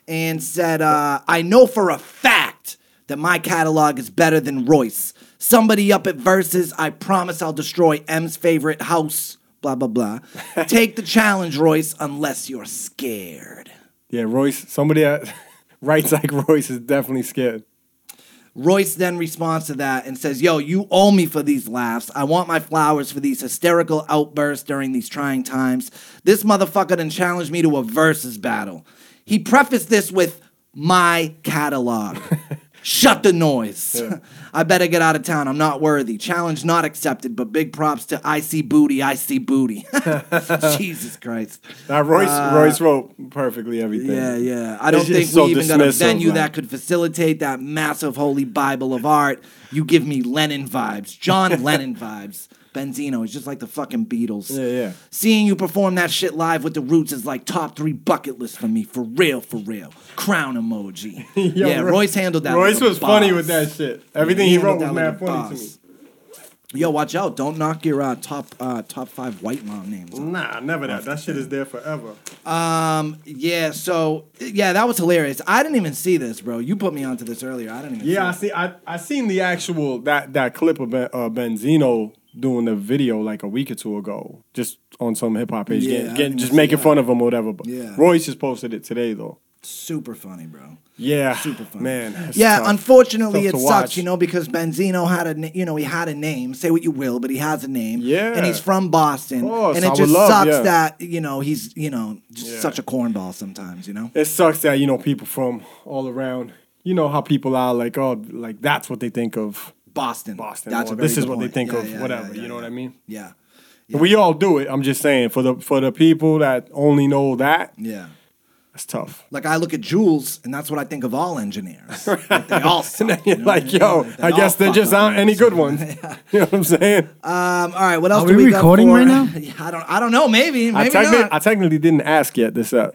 Speaker 1: and said, uh, I know for a fact that my catalog is better than Royce. Somebody up at Versus, I promise I'll destroy M's favorite house, blah, blah, blah. Take the challenge, Royce, unless you're scared.
Speaker 4: Yeah, Royce. Somebody that (laughs) writes like Royce is definitely scared.
Speaker 1: Royce then responds to that and says, Yo, you owe me for these laughs. I want my flowers for these hysterical outbursts during these trying times. This motherfucker done challenged me to a versus battle. He prefaced this with, My catalog. Shut the noise. I better get out of town. I'm not worthy. Challenge not accepted, but big props to I see booty, I see booty. (laughs) Jesus Christ.
Speaker 4: Now Royce Royce wrote perfectly everything.
Speaker 1: Uh, Yeah, yeah. I
Speaker 4: It's
Speaker 1: don't think
Speaker 4: just so
Speaker 1: we even got a
Speaker 4: dismissive,
Speaker 1: venue
Speaker 4: like-
Speaker 1: that could facilitate that massive holy Bible of art. You give me Lennon vibes,
Speaker 4: (laughs)
Speaker 1: John Lennon vibes. Benzino is just like the fucking Beatles.
Speaker 4: Yeah, yeah.
Speaker 1: Seeing you perform that shit live with the Roots is like top three bucket list for me, for real, for real. Crown emoji.
Speaker 4: (laughs) Yo,
Speaker 1: yeah,
Speaker 4: Roy-
Speaker 1: Royce handled that.
Speaker 4: Royce
Speaker 1: like a
Speaker 4: was funny
Speaker 1: boss.
Speaker 4: with that shit.
Speaker 1: Yeah,
Speaker 4: Everything he wrote
Speaker 1: handled
Speaker 4: was
Speaker 1: that
Speaker 4: mad
Speaker 1: like
Speaker 4: funny
Speaker 1: a
Speaker 4: to me.
Speaker 1: boss. Yo, watch out! Don't knock your uh, top uh, top five white mom names.
Speaker 4: Nah, never that. That shit is there forever.
Speaker 1: Yeah, so yeah, that was hilarious. I didn't even see this, bro. You put me onto this earlier. I didn't even.
Speaker 4: Yeah, I
Speaker 1: see
Speaker 4: see. I, I seen the actual that that clip of ben, uh, Benzino doing the video like a week or two ago, just on some hip hop page,
Speaker 1: Yeah,
Speaker 4: getting-
Speaker 1: I
Speaker 4: getting-
Speaker 1: didn't
Speaker 4: just
Speaker 1: see
Speaker 4: making
Speaker 1: that.
Speaker 4: fun of him or whatever. But
Speaker 1: Yeah.
Speaker 4: Royce just posted it today though.
Speaker 1: it. super funny, bro.
Speaker 4: Yeah,
Speaker 1: Super funny.
Speaker 4: man. that's
Speaker 1: yeah,
Speaker 4: tough.
Speaker 1: unfortunately,
Speaker 4: Tough
Speaker 1: it
Speaker 4: to
Speaker 1: sucks,
Speaker 4: watch.
Speaker 1: you know, because Benzino had a, na- you know, he had a name. Say what you will, but he has a name.
Speaker 4: Yeah.
Speaker 1: and he's from Boston,
Speaker 4: Of course,
Speaker 1: and it
Speaker 4: I would
Speaker 1: just
Speaker 4: love-
Speaker 1: sucks
Speaker 4: yeah.
Speaker 1: that you know he's, you know, just
Speaker 4: Yeah.
Speaker 1: such a cornball sometimes, you know.
Speaker 4: It sucks that you know people from all around. You know how people are like, oh, like that's what they think of
Speaker 1: Boston,
Speaker 4: Boston.
Speaker 1: That's
Speaker 4: or
Speaker 1: a very
Speaker 4: this is
Speaker 1: good
Speaker 4: what they
Speaker 1: point.
Speaker 4: think
Speaker 1: Yeah,
Speaker 4: of,
Speaker 1: yeah,
Speaker 4: whatever.
Speaker 1: yeah, yeah,
Speaker 4: you know what
Speaker 1: yeah.
Speaker 4: I mean?
Speaker 1: Yeah,
Speaker 4: We all do it. I'm just saying for the for the people that only know that,
Speaker 1: yeah.
Speaker 4: it's tough.
Speaker 1: Like I look at Jules, and that's what I think of
Speaker 4: (laughs)
Speaker 1: all engineers. Like, they all suck,
Speaker 4: And then
Speaker 1: you
Speaker 4: (laughs) you're
Speaker 1: know?
Speaker 4: like,
Speaker 1: Yeah,
Speaker 4: yo,
Speaker 1: like, they
Speaker 4: I
Speaker 1: all
Speaker 4: guess there
Speaker 1: fuck
Speaker 4: just
Speaker 1: up.
Speaker 4: aren't any good
Speaker 1: (laughs)
Speaker 4: ones. You know what I'm saying?
Speaker 1: Um, all right, what else
Speaker 5: Are
Speaker 1: do
Speaker 5: we
Speaker 1: got
Speaker 5: recording
Speaker 1: for- (laughs)
Speaker 5: right now?
Speaker 1: Yeah, I don't. I don't know. Maybe.
Speaker 4: I,
Speaker 1: Maybe
Speaker 4: techni-
Speaker 1: not.
Speaker 4: I technically didn't ask yet this up.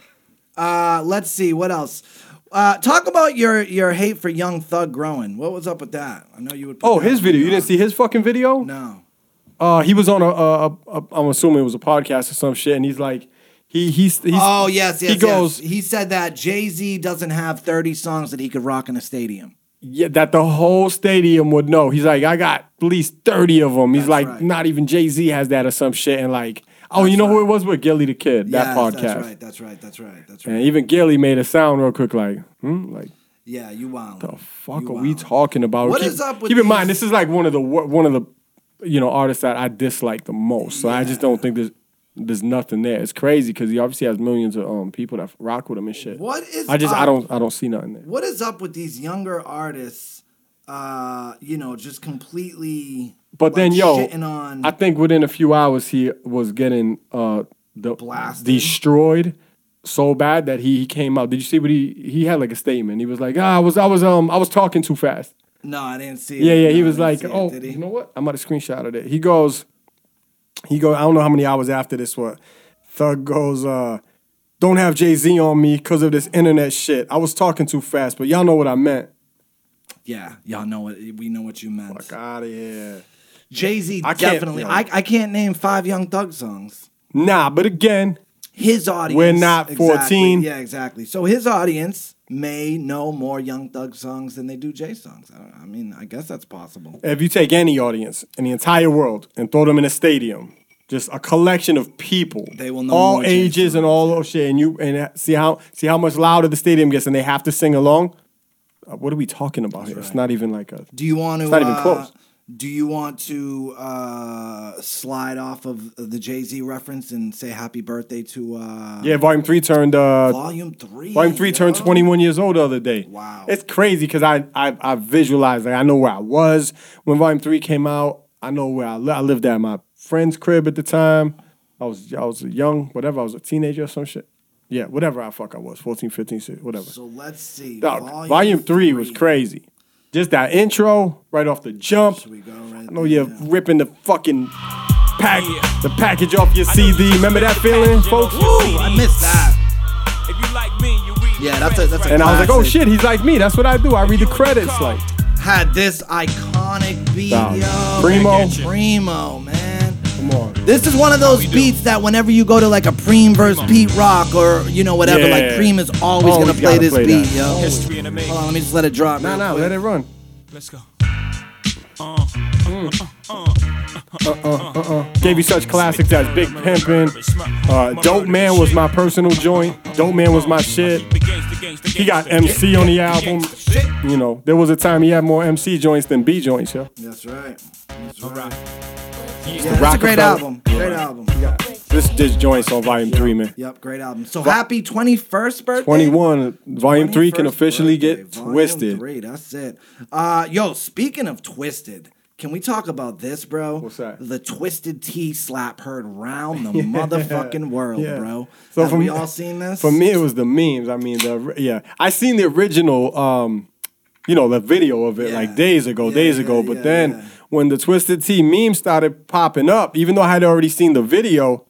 Speaker 1: Uh, let's see what else. Uh, talk about your your hate for Young Thug growing. What was up with that? I know you would. put
Speaker 4: Oh,
Speaker 1: that
Speaker 4: his
Speaker 1: on
Speaker 4: video.
Speaker 1: the-
Speaker 4: You didn't see his fucking video?
Speaker 1: No.
Speaker 4: Uh, he was on a, a, a, a, I'm assuming it was a podcast or some shit, and he's like, he he's, he's
Speaker 1: Oh yes, yes.
Speaker 4: he goes,
Speaker 1: Yes. He said that Jay Z doesn't have thirty songs that he could rock in a stadium.
Speaker 4: yeah, that the whole stadium would know. He's like, I got at least 30 of them. He's like,
Speaker 1: right.
Speaker 4: not even Jay Z has that or some shit. And like, oh, you know who it was with Gilly the Kid, that
Speaker 1: Yes,
Speaker 4: podcast.
Speaker 1: That's right. That's right. That's right. That's right.
Speaker 4: And even Gilly made a sound real quick, like, hmm, like,
Speaker 1: Yeah, you wild.
Speaker 4: the fuck are we talking about?
Speaker 1: What
Speaker 4: keep,
Speaker 1: is up with
Speaker 4: Keep in mind,
Speaker 1: these-
Speaker 4: this is like one of the wor- one of the you know artists that I dislike the most. So I just don't think there's there's nothing there. It's crazy because he obviously has millions of um people that rock with him and shit.
Speaker 1: What is
Speaker 4: I just I
Speaker 1: up?
Speaker 4: don't I don't see nothing there.
Speaker 1: What is up with these younger artists? Uh, you know, just completely.
Speaker 4: But
Speaker 1: like,
Speaker 4: then yo,
Speaker 1: shitting on.
Speaker 4: I think within a few hours he was getting uh the
Speaker 1: Blasted.
Speaker 4: destroyed so bad that he, he came out. Did you see what he he had like a statement? He was like, ah, I was I was um I was talking too fast.
Speaker 1: no, I didn't see.
Speaker 4: Yeah,
Speaker 1: it.
Speaker 4: yeah.
Speaker 1: No,
Speaker 4: He
Speaker 1: I
Speaker 4: was
Speaker 1: didn't
Speaker 4: like,
Speaker 1: see it,
Speaker 4: "Oh,
Speaker 1: did he?
Speaker 4: you know what? I'm about to screenshot of it." He goes, he goes. I don't know how many hours after this. What Thug goes, uh, "Don't have Jay Z on me because of this internet shit. I was talking too fast, but y'all know what I meant."
Speaker 1: Yeah, y'all know what we know what you meant.
Speaker 4: Fuck out of here.
Speaker 1: Jay Z
Speaker 4: I can't-
Speaker 1: definitely.
Speaker 4: yo.
Speaker 1: I, I can't name five Young Thug songs.
Speaker 4: Nah, but again,
Speaker 1: His audience.
Speaker 4: We're not
Speaker 1: exactly,
Speaker 4: 14.
Speaker 1: Yeah, exactly. So his audience may know more Young Thug songs than they do Jay songs. I, don't- I mean, I guess that's possible.
Speaker 4: if you take any audience in the entire world and throw them in a stadium, just a collection of people.
Speaker 1: They will know
Speaker 4: all
Speaker 1: more James
Speaker 4: ages and all of shit, and you and see how see how much louder the stadium gets, and they have to sing along. Uh, what are we talking about here? It's not even like a.
Speaker 1: Do you want to?
Speaker 4: It's not even
Speaker 1: uh,
Speaker 4: close.
Speaker 1: Do you want to uh, slide off of the Jay Z reference and say happy birthday to uh,
Speaker 4: Yeah, Volume Three turned. Uh,
Speaker 1: Volume Three?
Speaker 4: Volume Three turned
Speaker 1: yo?
Speaker 4: 21 years old the other day.
Speaker 1: Wow.
Speaker 4: it's crazy because I, I I visualized like I know where I was when Volume Three came out. I know where I, li- I lived at my friend's crib at the time. I was I was young, whatever. I was a teenager or some shit. Yeah, whatever I fuck I was, 14, 15, 16, whatever.
Speaker 1: So let's see.
Speaker 4: Dog, volume, three, was crazy. Just that intro right off the jump.
Speaker 1: we go, right
Speaker 4: I know you're ripping the fucking pack, the package off your CD. Remember that feeling, folks?
Speaker 1: Ooh, I missed that.
Speaker 8: If you like me, you read
Speaker 1: Yeah, that's a- that's a-
Speaker 4: And I was like, oh
Speaker 1: Classic.
Speaker 4: shit, he's like me. That's what I do. I read the credits. Like,
Speaker 1: Had this iconic beat,
Speaker 4: Dog.
Speaker 1: yo.
Speaker 4: Primo.
Speaker 1: Primo, man.
Speaker 4: come on.
Speaker 1: This is one of those beats that whenever you go to like a Preem versus Pete Rock or you know whatever,
Speaker 4: Yeah.
Speaker 1: like Preem is always
Speaker 4: Always
Speaker 1: gonna play
Speaker 4: gotta
Speaker 1: this
Speaker 4: play
Speaker 1: beat,
Speaker 4: that.
Speaker 1: yo.
Speaker 8: history in the making.
Speaker 1: Hold on, let me just let it drop.
Speaker 4: Nah,
Speaker 1: real
Speaker 4: nah,
Speaker 1: quick.
Speaker 4: let it run.
Speaker 8: Let's go.
Speaker 4: Gave you such classics as Big Pimpin'. Uh, Dope Man was my personal joint. Dope Man was my shit. He got MC on the album. You know, there was a time he had more MC joints than B joints, yo.
Speaker 1: That's right. That's right.
Speaker 4: the
Speaker 1: Yeah, that's a great
Speaker 4: Rockefeller.
Speaker 1: album. Great album.
Speaker 4: This this joint's on volume three, man.
Speaker 1: Yep, great album. So happy 21st birthday.
Speaker 4: 21, volume 3 can
Speaker 1: 21st
Speaker 4: officially get
Speaker 1: birthday, volume
Speaker 4: twisted.
Speaker 1: Three, that's it. Uh, yo, speaking of twisted, can we talk about this, bro?
Speaker 4: What's that?
Speaker 1: The twisted T slap heard
Speaker 4: (laughs)
Speaker 1: round the motherfucking world,
Speaker 4: Yeah.
Speaker 1: bro.
Speaker 4: So
Speaker 1: Have
Speaker 4: for
Speaker 1: we
Speaker 4: me-
Speaker 1: all seen this?
Speaker 4: For me, it was the memes. I mean, the ori- yeah, I seen the original, um, you know, the video of it
Speaker 1: Yeah.
Speaker 4: like days ago,
Speaker 1: Yeah,
Speaker 4: days
Speaker 1: yeah,
Speaker 4: ago. But
Speaker 1: yeah,
Speaker 4: then
Speaker 1: yeah.
Speaker 4: when the Twisted T meme started popping up, even though I had already seen the video,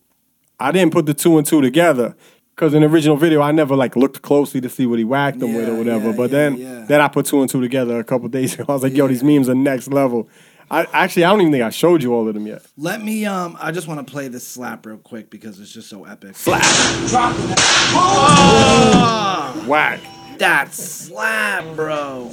Speaker 4: I didn't put the two and two together. Cause in the original video, I never like looked closely to see what he whacked him with or
Speaker 1: Yeah,
Speaker 4: whatever.
Speaker 1: yeah,
Speaker 4: but
Speaker 1: yeah,
Speaker 4: then,
Speaker 1: yeah.
Speaker 4: then I put two and two together a couple days ago. (laughs) I was like, yo, these memes are next level. I actually, I don't even think I showed you all of them yet.
Speaker 1: Let me. Um, I just want to play this slap real quick because it's just so epic.
Speaker 4: Whack.
Speaker 1: That slap, bro.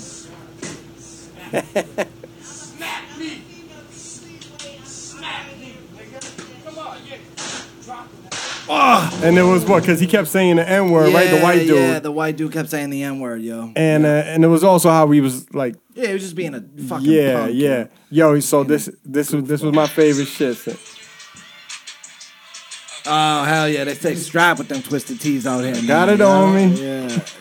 Speaker 4: And it was what? Because he kept saying the N word, right? The white dude.
Speaker 1: Yeah, the white dude kept saying the N word, yo.
Speaker 4: and uh, and it was also how he was like,
Speaker 1: Yeah, he was just being a fucking
Speaker 4: yeah,
Speaker 1: punk,
Speaker 4: yeah, yo. So this this was this was my favorite shit. So-
Speaker 1: Oh hell yeah, they say strap with them twisted tees out here.
Speaker 4: Got
Speaker 1: man.
Speaker 4: it on me.
Speaker 1: Yeah, (laughs)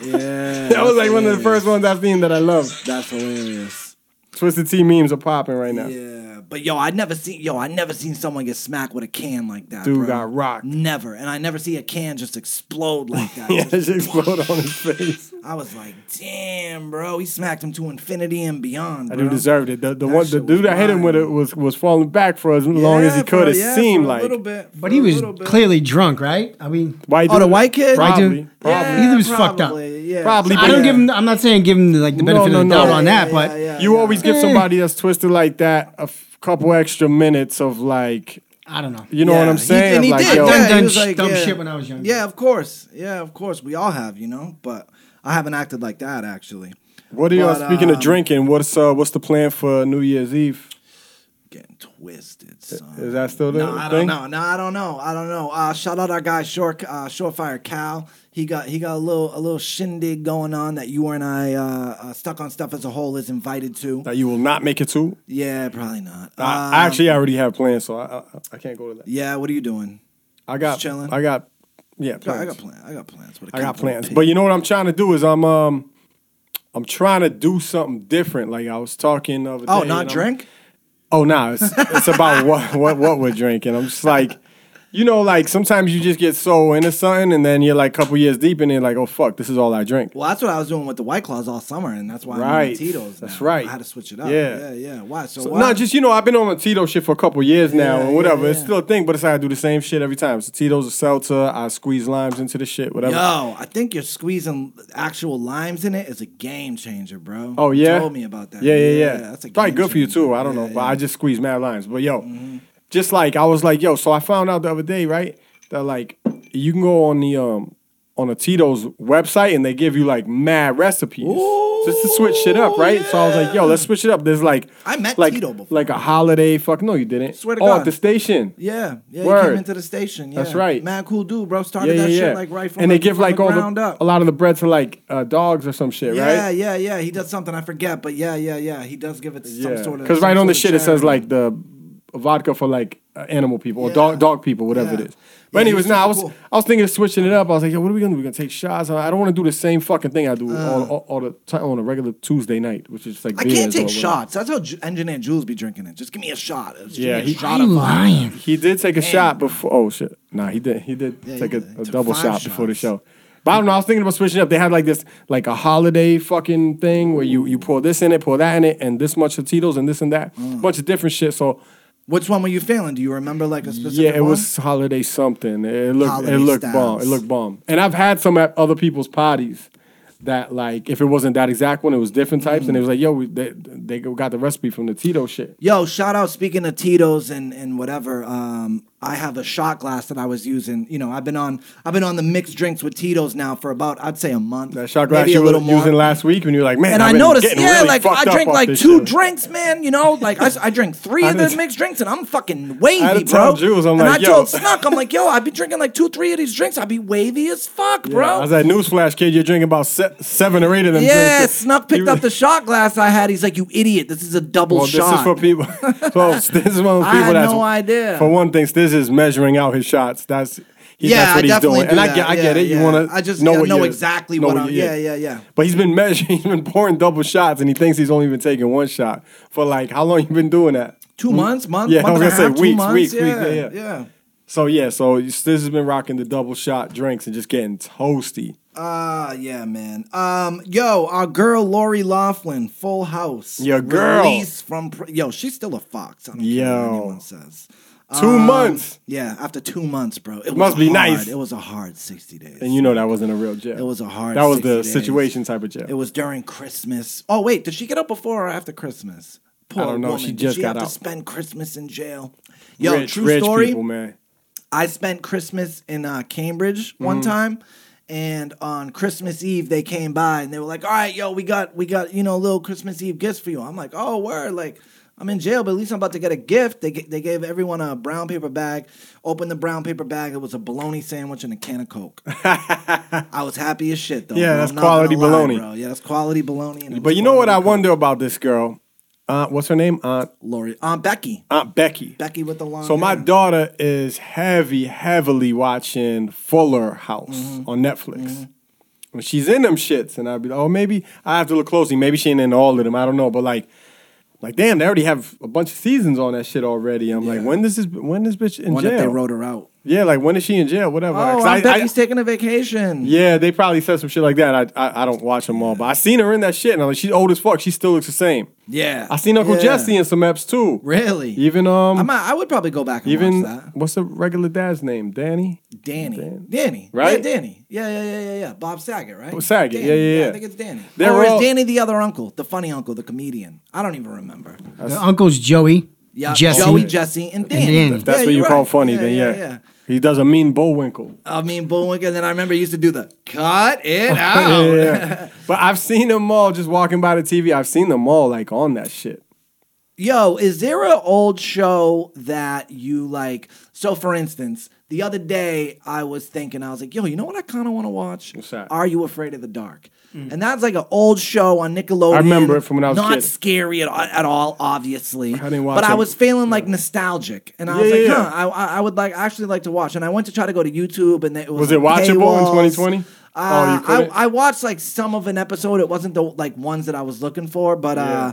Speaker 4: (laughs)
Speaker 1: yeah.
Speaker 4: That was like one of the
Speaker 1: hilarious.
Speaker 4: first ones I've seen that I love.
Speaker 1: That's hilarious.
Speaker 4: Twisted T memes are popping right now.
Speaker 1: Yeah, but yo, I never seen yo, I never seen someone get smacked with a can like that.
Speaker 4: Dude
Speaker 1: bro.
Speaker 4: got rocked.
Speaker 1: Never, and I never see a can just explode
Speaker 4: (laughs)
Speaker 1: like
Speaker 4: (laughs)
Speaker 1: that.
Speaker 4: Yeah,
Speaker 1: Just-
Speaker 4: she exploded on his face.
Speaker 1: I was like, damn, bro, he smacked him to infinity and beyond.
Speaker 4: I
Speaker 1: Bro.
Speaker 4: do deserved it. The, the
Speaker 1: That
Speaker 4: one the
Speaker 1: shit
Speaker 4: dude
Speaker 1: was
Speaker 4: I hit him with it
Speaker 1: wild.
Speaker 4: was was falling back for as long as he
Speaker 1: Yeah,
Speaker 4: could.
Speaker 1: for-
Speaker 4: it
Speaker 1: yeah,
Speaker 4: seemed
Speaker 1: for a
Speaker 4: like
Speaker 1: little bit,
Speaker 5: But
Speaker 1: for
Speaker 5: he
Speaker 1: a
Speaker 5: was
Speaker 1: little bit.
Speaker 5: clearly drunk, right? I mean,
Speaker 4: white.
Speaker 1: Oh, the
Speaker 4: dude-
Speaker 1: white kid?
Speaker 5: Right,
Speaker 4: Probably,
Speaker 5: dude?
Speaker 4: probably.
Speaker 5: He was fucked up.
Speaker 1: probably, Yeah.
Speaker 4: Probably,
Speaker 5: I don't give him. I'm not saying give him like the
Speaker 4: No,
Speaker 5: benefit
Speaker 4: no,
Speaker 5: of the
Speaker 4: no.
Speaker 5: doubt on that, but
Speaker 4: You always give
Speaker 5: Eh.
Speaker 4: somebody that's twisted like that a f- couple extra minutes of like,
Speaker 5: I don't know.
Speaker 4: you know what I'm saying?
Speaker 1: He, and he
Speaker 4: like,
Speaker 1: did.
Speaker 4: yo,
Speaker 5: Done
Speaker 1: yeah, he
Speaker 5: dumb
Speaker 1: was
Speaker 5: sh-
Speaker 1: like,
Speaker 5: dumb
Speaker 1: yeah.
Speaker 5: shit when I was younger.
Speaker 1: Yeah, of course. Yeah, of course. We all have, you know. But I haven't acted like that actually.
Speaker 4: What are y'all
Speaker 1: But,
Speaker 4: speaking of
Speaker 1: um,
Speaker 4: drinking? What's uh what's the plan for New Year's Eve?
Speaker 1: Getting twisted, son.
Speaker 4: Is that still the
Speaker 1: No, I
Speaker 4: Eh, thing?
Speaker 1: don't know. No, I don't know. I don't know. Uh, shout out our guy Short uh, Shortfire Cal. He got he got a little a little shindig going on that you and I uh, uh, stuck on stuff as a whole is invited to.
Speaker 4: That you will not make it to.
Speaker 1: Yeah, probably not.
Speaker 4: I
Speaker 1: Um,
Speaker 4: I actually already have plans, so I, I I can't go to that.
Speaker 1: yeah. What are you doing?
Speaker 4: I got
Speaker 1: just chilling.
Speaker 4: I got yeah
Speaker 1: I
Speaker 4: plans.
Speaker 1: got plans. I got plans. With a
Speaker 4: I got
Speaker 1: capital
Speaker 4: plans.
Speaker 1: P.
Speaker 4: But you know what I'm trying to do is I'm um I'm trying to do something different. Like I was talking of.
Speaker 1: oh, not drink.
Speaker 4: Oh no, it's it's about what what what we're drinking. I'm just like, you know, like sometimes you just get so into something, and then you're like a couple years deep, and you're like, oh fuck, this is all I drink.
Speaker 1: Well, that's what I was doing with the White Claws all summer, and that's why I'm on
Speaker 4: Right.
Speaker 1: Tito's. Now.
Speaker 4: That's right.
Speaker 1: I had to switch it up.
Speaker 4: Yeah.
Speaker 1: yeah, yeah. Why? So,
Speaker 4: So,
Speaker 1: why-
Speaker 4: no, just you know, I've been on the Tito shit for a couple years now,
Speaker 1: Yeah,
Speaker 4: and whatever.
Speaker 1: yeah,
Speaker 4: It's
Speaker 1: yeah.
Speaker 4: still a thing, but it's like I do the same shit every time. So Tito's a seltzer. I squeeze limes into the shit, whatever.
Speaker 1: Yo, I think you're squeezing actual limes in it is a game changer, bro.
Speaker 4: Oh
Speaker 1: You
Speaker 4: yeah,
Speaker 1: told me about that.
Speaker 4: Yeah, yeah, yeah.
Speaker 1: that's a
Speaker 4: probably
Speaker 1: game
Speaker 4: good for you
Speaker 1: changer.
Speaker 4: too. I don't
Speaker 1: Yeah,
Speaker 4: know, but
Speaker 1: yeah. Mm-hmm.
Speaker 4: I just squeeze mad limes. But yo, just like I was like, yo. So I found out the other day, right, that like you can go on the um on a Tito's website and they give you like mad recipes just to switch shit up, right? So I was like, yo, let's switch it up. There's like
Speaker 1: I met
Speaker 4: like,
Speaker 1: Tito before.
Speaker 4: like a holiday. Fuck no, you didn't.
Speaker 1: Swear to
Speaker 4: oh,
Speaker 1: God.
Speaker 4: at the station.
Speaker 1: Yeah, yeah, he
Speaker 4: Word.
Speaker 1: came into the station. Yeah.
Speaker 4: That's right.
Speaker 1: Mad cool dude, bro. Started that shit like right from
Speaker 4: and
Speaker 1: the,
Speaker 4: they give
Speaker 1: from
Speaker 4: like
Speaker 1: the
Speaker 4: all
Speaker 1: ground
Speaker 4: the,
Speaker 1: up.
Speaker 4: a lot of the bread to like uh, dogs or some shit,
Speaker 1: yeah,
Speaker 4: right?
Speaker 1: yeah, yeah. He does something I forget, but yeah, yeah, yeah. He does give it to some sort of
Speaker 4: Because
Speaker 1: some
Speaker 4: right on the
Speaker 1: sort
Speaker 4: shit
Speaker 1: of
Speaker 4: it says
Speaker 1: charity.
Speaker 4: like the vodka for like uh, animal people or
Speaker 1: Yeah.
Speaker 4: dog dog people, whatever
Speaker 1: Yeah.
Speaker 4: it is. But
Speaker 1: Yeah,
Speaker 4: anyways,
Speaker 1: he's
Speaker 4: now I
Speaker 1: super
Speaker 4: was
Speaker 1: cool.
Speaker 4: I was thinking of switching it up. I was like, yo, what are we gonna do? We gonna take shots? I I don't want to do the same fucking thing I do all, all, all the time on a regular Tuesday night, which is just like
Speaker 1: Uh. I
Speaker 4: beers
Speaker 1: can't
Speaker 4: or
Speaker 1: take
Speaker 4: whatever.
Speaker 1: shots. That's how Ju- engineer Jules be drinking it. Just give me a shot. Just give
Speaker 4: Yeah,
Speaker 1: me a
Speaker 4: he-
Speaker 1: shot of vodka.
Speaker 4: He did take a shot before. Oh shit! Nah, he did. He did
Speaker 1: Yeah,
Speaker 4: take
Speaker 1: he
Speaker 4: a,
Speaker 1: did.
Speaker 4: a
Speaker 1: Took
Speaker 4: double
Speaker 1: five
Speaker 4: shot before the
Speaker 1: shots.
Speaker 4: show. But I don't know. I was thinking about switching up. They had like this, like a holiday fucking thing where you you pour this in it, pour that in it, and this much of Tito's and this and that,
Speaker 1: Mm.
Speaker 4: bunch of different shit. So
Speaker 1: Which one were you feeling? Do you remember like a specific?
Speaker 4: yeah, it
Speaker 1: one?
Speaker 4: was holiday something. It looked
Speaker 1: Holiday
Speaker 4: it looked bomb.
Speaker 1: styles.
Speaker 4: It looked bomb. And I've had some at other people's parties that like if it wasn't that exact one, it was different types,
Speaker 1: Mm.
Speaker 4: and it was like yo, we, they they got the recipe from the Tito shit.
Speaker 1: Yo, shout out. Speaking of Tito's and and whatever, um, I have a shot glass that I was using. You know, I've been on I've been on the mixed drinks with Tito's now for about I'd say a month.
Speaker 4: That shot glass
Speaker 1: maybe
Speaker 4: you
Speaker 1: a little
Speaker 4: were
Speaker 1: more.
Speaker 4: using last week, and you were like, man,
Speaker 1: and I
Speaker 4: I've been
Speaker 1: noticed,
Speaker 4: getting
Speaker 1: yeah,
Speaker 4: really
Speaker 1: like I
Speaker 4: fucked up
Speaker 1: drink
Speaker 4: off
Speaker 1: like
Speaker 4: this
Speaker 1: two
Speaker 4: shit.
Speaker 1: drinks, man. You know, like I, I drink
Speaker 4: (laughs)
Speaker 1: three
Speaker 4: I
Speaker 1: of the
Speaker 4: done-
Speaker 1: mixed drinks, and I'm fucking wavy,
Speaker 4: I done
Speaker 1: bro.
Speaker 4: told Jules, I'm
Speaker 1: and
Speaker 4: like,
Speaker 1: I
Speaker 4: yo.
Speaker 1: told Snuck, I'm like, yo, I'd be drinking like two, three of these drinks. I'd be wavy as fuck,
Speaker 4: Yeah,
Speaker 1: bro.
Speaker 4: I was at Newsflash, kid. You're drinking about se- seven or eight of them.
Speaker 1: Yeah,
Speaker 4: drinks.
Speaker 1: Snuck picked
Speaker 4: You-
Speaker 1: up the shot glass I had. He's like, "You idiot! This is a double
Speaker 4: (laughs) Well, this
Speaker 1: shot."
Speaker 4: is for
Speaker 1: (laughs)
Speaker 4: people. so this is one of those
Speaker 1: I
Speaker 4: people
Speaker 1: had
Speaker 4: that's
Speaker 1: no idea.
Speaker 4: For one thing, this is measuring out his shots. That's he,
Speaker 1: Yeah,
Speaker 4: that's
Speaker 1: I
Speaker 4: what he's
Speaker 1: definitely
Speaker 4: doing,
Speaker 1: do
Speaker 4: and I
Speaker 1: that.
Speaker 4: get, I
Speaker 1: Yeah,
Speaker 4: get it.
Speaker 1: yeah.
Speaker 4: You want to
Speaker 1: I just-
Speaker 4: know,
Speaker 1: yeah,
Speaker 4: what
Speaker 1: know
Speaker 4: you're-
Speaker 1: exactly
Speaker 4: know
Speaker 1: what I'm-
Speaker 4: you're-
Speaker 1: yeah, yeah, yeah.
Speaker 4: But he's been (laughs) measuring. He's been pouring double shots, and he thinks he's only been taking one shot for like how long you been doing that?
Speaker 1: two months, month,
Speaker 4: Mm. Yeah, I
Speaker 1: month
Speaker 4: was
Speaker 1: and a
Speaker 4: gonna say
Speaker 1: half, two
Speaker 4: weeks,
Speaker 1: months.
Speaker 4: weeks, weeks,
Speaker 1: yeah,
Speaker 4: yeah, yeah. So yeah, so this has been rocking the double shot drinks and just getting toasty.
Speaker 1: Ah, yeah, man. Um, yo, our girl Lori Laughlin, Full House.
Speaker 4: Your girl.
Speaker 1: Released from pr- yo, she's still a fox. I don't care
Speaker 4: Yo.
Speaker 1: what anyone says.
Speaker 4: Two
Speaker 1: Um,
Speaker 4: months.
Speaker 1: Yeah, after two months, bro. It was
Speaker 4: Must be
Speaker 1: hard-
Speaker 4: nice.
Speaker 1: It was a hard sixty days.
Speaker 4: And you know that wasn't a real jail.
Speaker 1: It was a hard
Speaker 4: That was the
Speaker 1: 60 days.
Speaker 4: situation type of jail.
Speaker 1: It was during Christmas. Oh wait, did she get out before or after Christmas? Poor
Speaker 4: I don't know.
Speaker 1: Woman.
Speaker 4: She
Speaker 1: Did
Speaker 4: just
Speaker 1: she
Speaker 4: got
Speaker 1: have
Speaker 4: out.
Speaker 1: to spend Christmas in jail. Yo,
Speaker 4: rich,
Speaker 1: true
Speaker 4: rich
Speaker 1: story.
Speaker 4: people, man.
Speaker 1: I spent Christmas in uh, Cambridge
Speaker 4: Mm.
Speaker 1: one time, and on Christmas Eve they came by and they were like, "All right, yo, we got we got you know little Christmas Eve gifts for you." I'm like, "Oh, word!" Like I'm in jail, but at least I'm about to get a gift. They ga- they gave everyone a brown paper bag. Opened the brown paper bag. It was a bologna sandwich and a can
Speaker 4: (laughs)
Speaker 1: of Coke. I was happy as shit though.
Speaker 4: Yeah,
Speaker 1: bro.
Speaker 4: that's
Speaker 1: I'm not gonna
Speaker 4: quality
Speaker 1: lie,
Speaker 4: bologna.
Speaker 1: bro. Yeah, that's quality bologna. and it
Speaker 4: But
Speaker 1: was
Speaker 4: you know what I
Speaker 1: quality
Speaker 4: wonder about this girl? Aunt, what's her name? Aunt
Speaker 1: Coke. Lori, um, Becky,
Speaker 4: Aunt Becky.
Speaker 1: Becky with the long.
Speaker 4: So my
Speaker 1: hair.
Speaker 4: daughter is heavy, heavily watching Fuller House
Speaker 1: Mm-hmm.
Speaker 4: on Netflix. When she's in them shits, and I'd be like, oh, maybe I have to look closely. Maybe she ain't in all of them. I don't know. But like, like damn, they already have a bunch of seasons on that shit already. I'm like, when does this? When this bitch in
Speaker 1: one
Speaker 4: jail?
Speaker 1: that they wrote her out.
Speaker 4: Yeah, like when is she in jail? Whatever.
Speaker 1: Oh,
Speaker 4: 'Cause
Speaker 1: Aunt
Speaker 4: I- I-
Speaker 1: Becky's taking a vacation.
Speaker 4: Yeah, they probably said some shit like that. I, I I don't watch them all, but I seen her in that shit, and I'm like, she's old as fuck. She still looks the same.
Speaker 1: Yeah.
Speaker 4: I seen Uncle
Speaker 1: Yeah.
Speaker 4: Jesse in some eps too.
Speaker 1: Really?
Speaker 4: Even um,
Speaker 1: I might, I would probably go back and
Speaker 4: even
Speaker 1: watch that.
Speaker 4: what's the regular dad's name? Danny.
Speaker 1: Danny.
Speaker 4: Dan-
Speaker 1: Danny.
Speaker 4: Right?
Speaker 1: Yeah, Danny. Yeah, yeah, yeah, yeah, yeah. Bob Saget, right?
Speaker 4: Bob Saget.
Speaker 1: Danny.
Speaker 4: Yeah, yeah, yeah.
Speaker 1: I think it's Danny.
Speaker 4: They're
Speaker 1: or
Speaker 4: all-
Speaker 1: is Danny the other uncle, the funny uncle, the comedian? I don't even remember.
Speaker 5: The uncle's Joey.
Speaker 1: Yeah,
Speaker 5: Jesse.
Speaker 1: Joey, Jesse, and Danny.
Speaker 5: Danny.
Speaker 4: If that's
Speaker 1: Yeah,
Speaker 4: what you
Speaker 1: you're
Speaker 4: call
Speaker 1: right.
Speaker 4: funny,
Speaker 1: Yeah,
Speaker 4: then
Speaker 1: yeah,
Speaker 4: yeah.
Speaker 1: yeah.
Speaker 4: He does a mean bullwinkle.
Speaker 1: I mean, Bullwinkle, and then I remember he used to do the cut
Speaker 4: (laughs)
Speaker 1: it
Speaker 4: Yeah,
Speaker 1: out.
Speaker 4: yeah, yeah. but I've seen them all just walking by the TV. I've seen them all like on that shit.
Speaker 1: Yo, is there an old show that you like? So, for instance, the other day I was thinking, I was like, yo, you know what I kind of want to watch?
Speaker 4: What's that? Mm.
Speaker 1: Are You Afraid of the Dark? And that's like an old show on Nickelodeon.
Speaker 4: I remember it from when I was a
Speaker 1: Not
Speaker 4: kid.
Speaker 1: scary at, at all, obviously.
Speaker 4: I didn't watch
Speaker 1: but I
Speaker 4: it.
Speaker 1: was feeling like nostalgic. And I was
Speaker 4: Yeah,
Speaker 1: like,
Speaker 4: yeah,
Speaker 1: huh,
Speaker 4: yeah.
Speaker 1: I, I I would like actually like to watch. And I went to try to go to YouTube and it was
Speaker 4: Was it
Speaker 1: like,
Speaker 4: watchable in
Speaker 1: paywalls.
Speaker 4: 2020? Oh, you
Speaker 1: Uh,
Speaker 4: couldn't?
Speaker 1: I, I watched like some of an episode. It wasn't the like ones that I was looking for, but uh,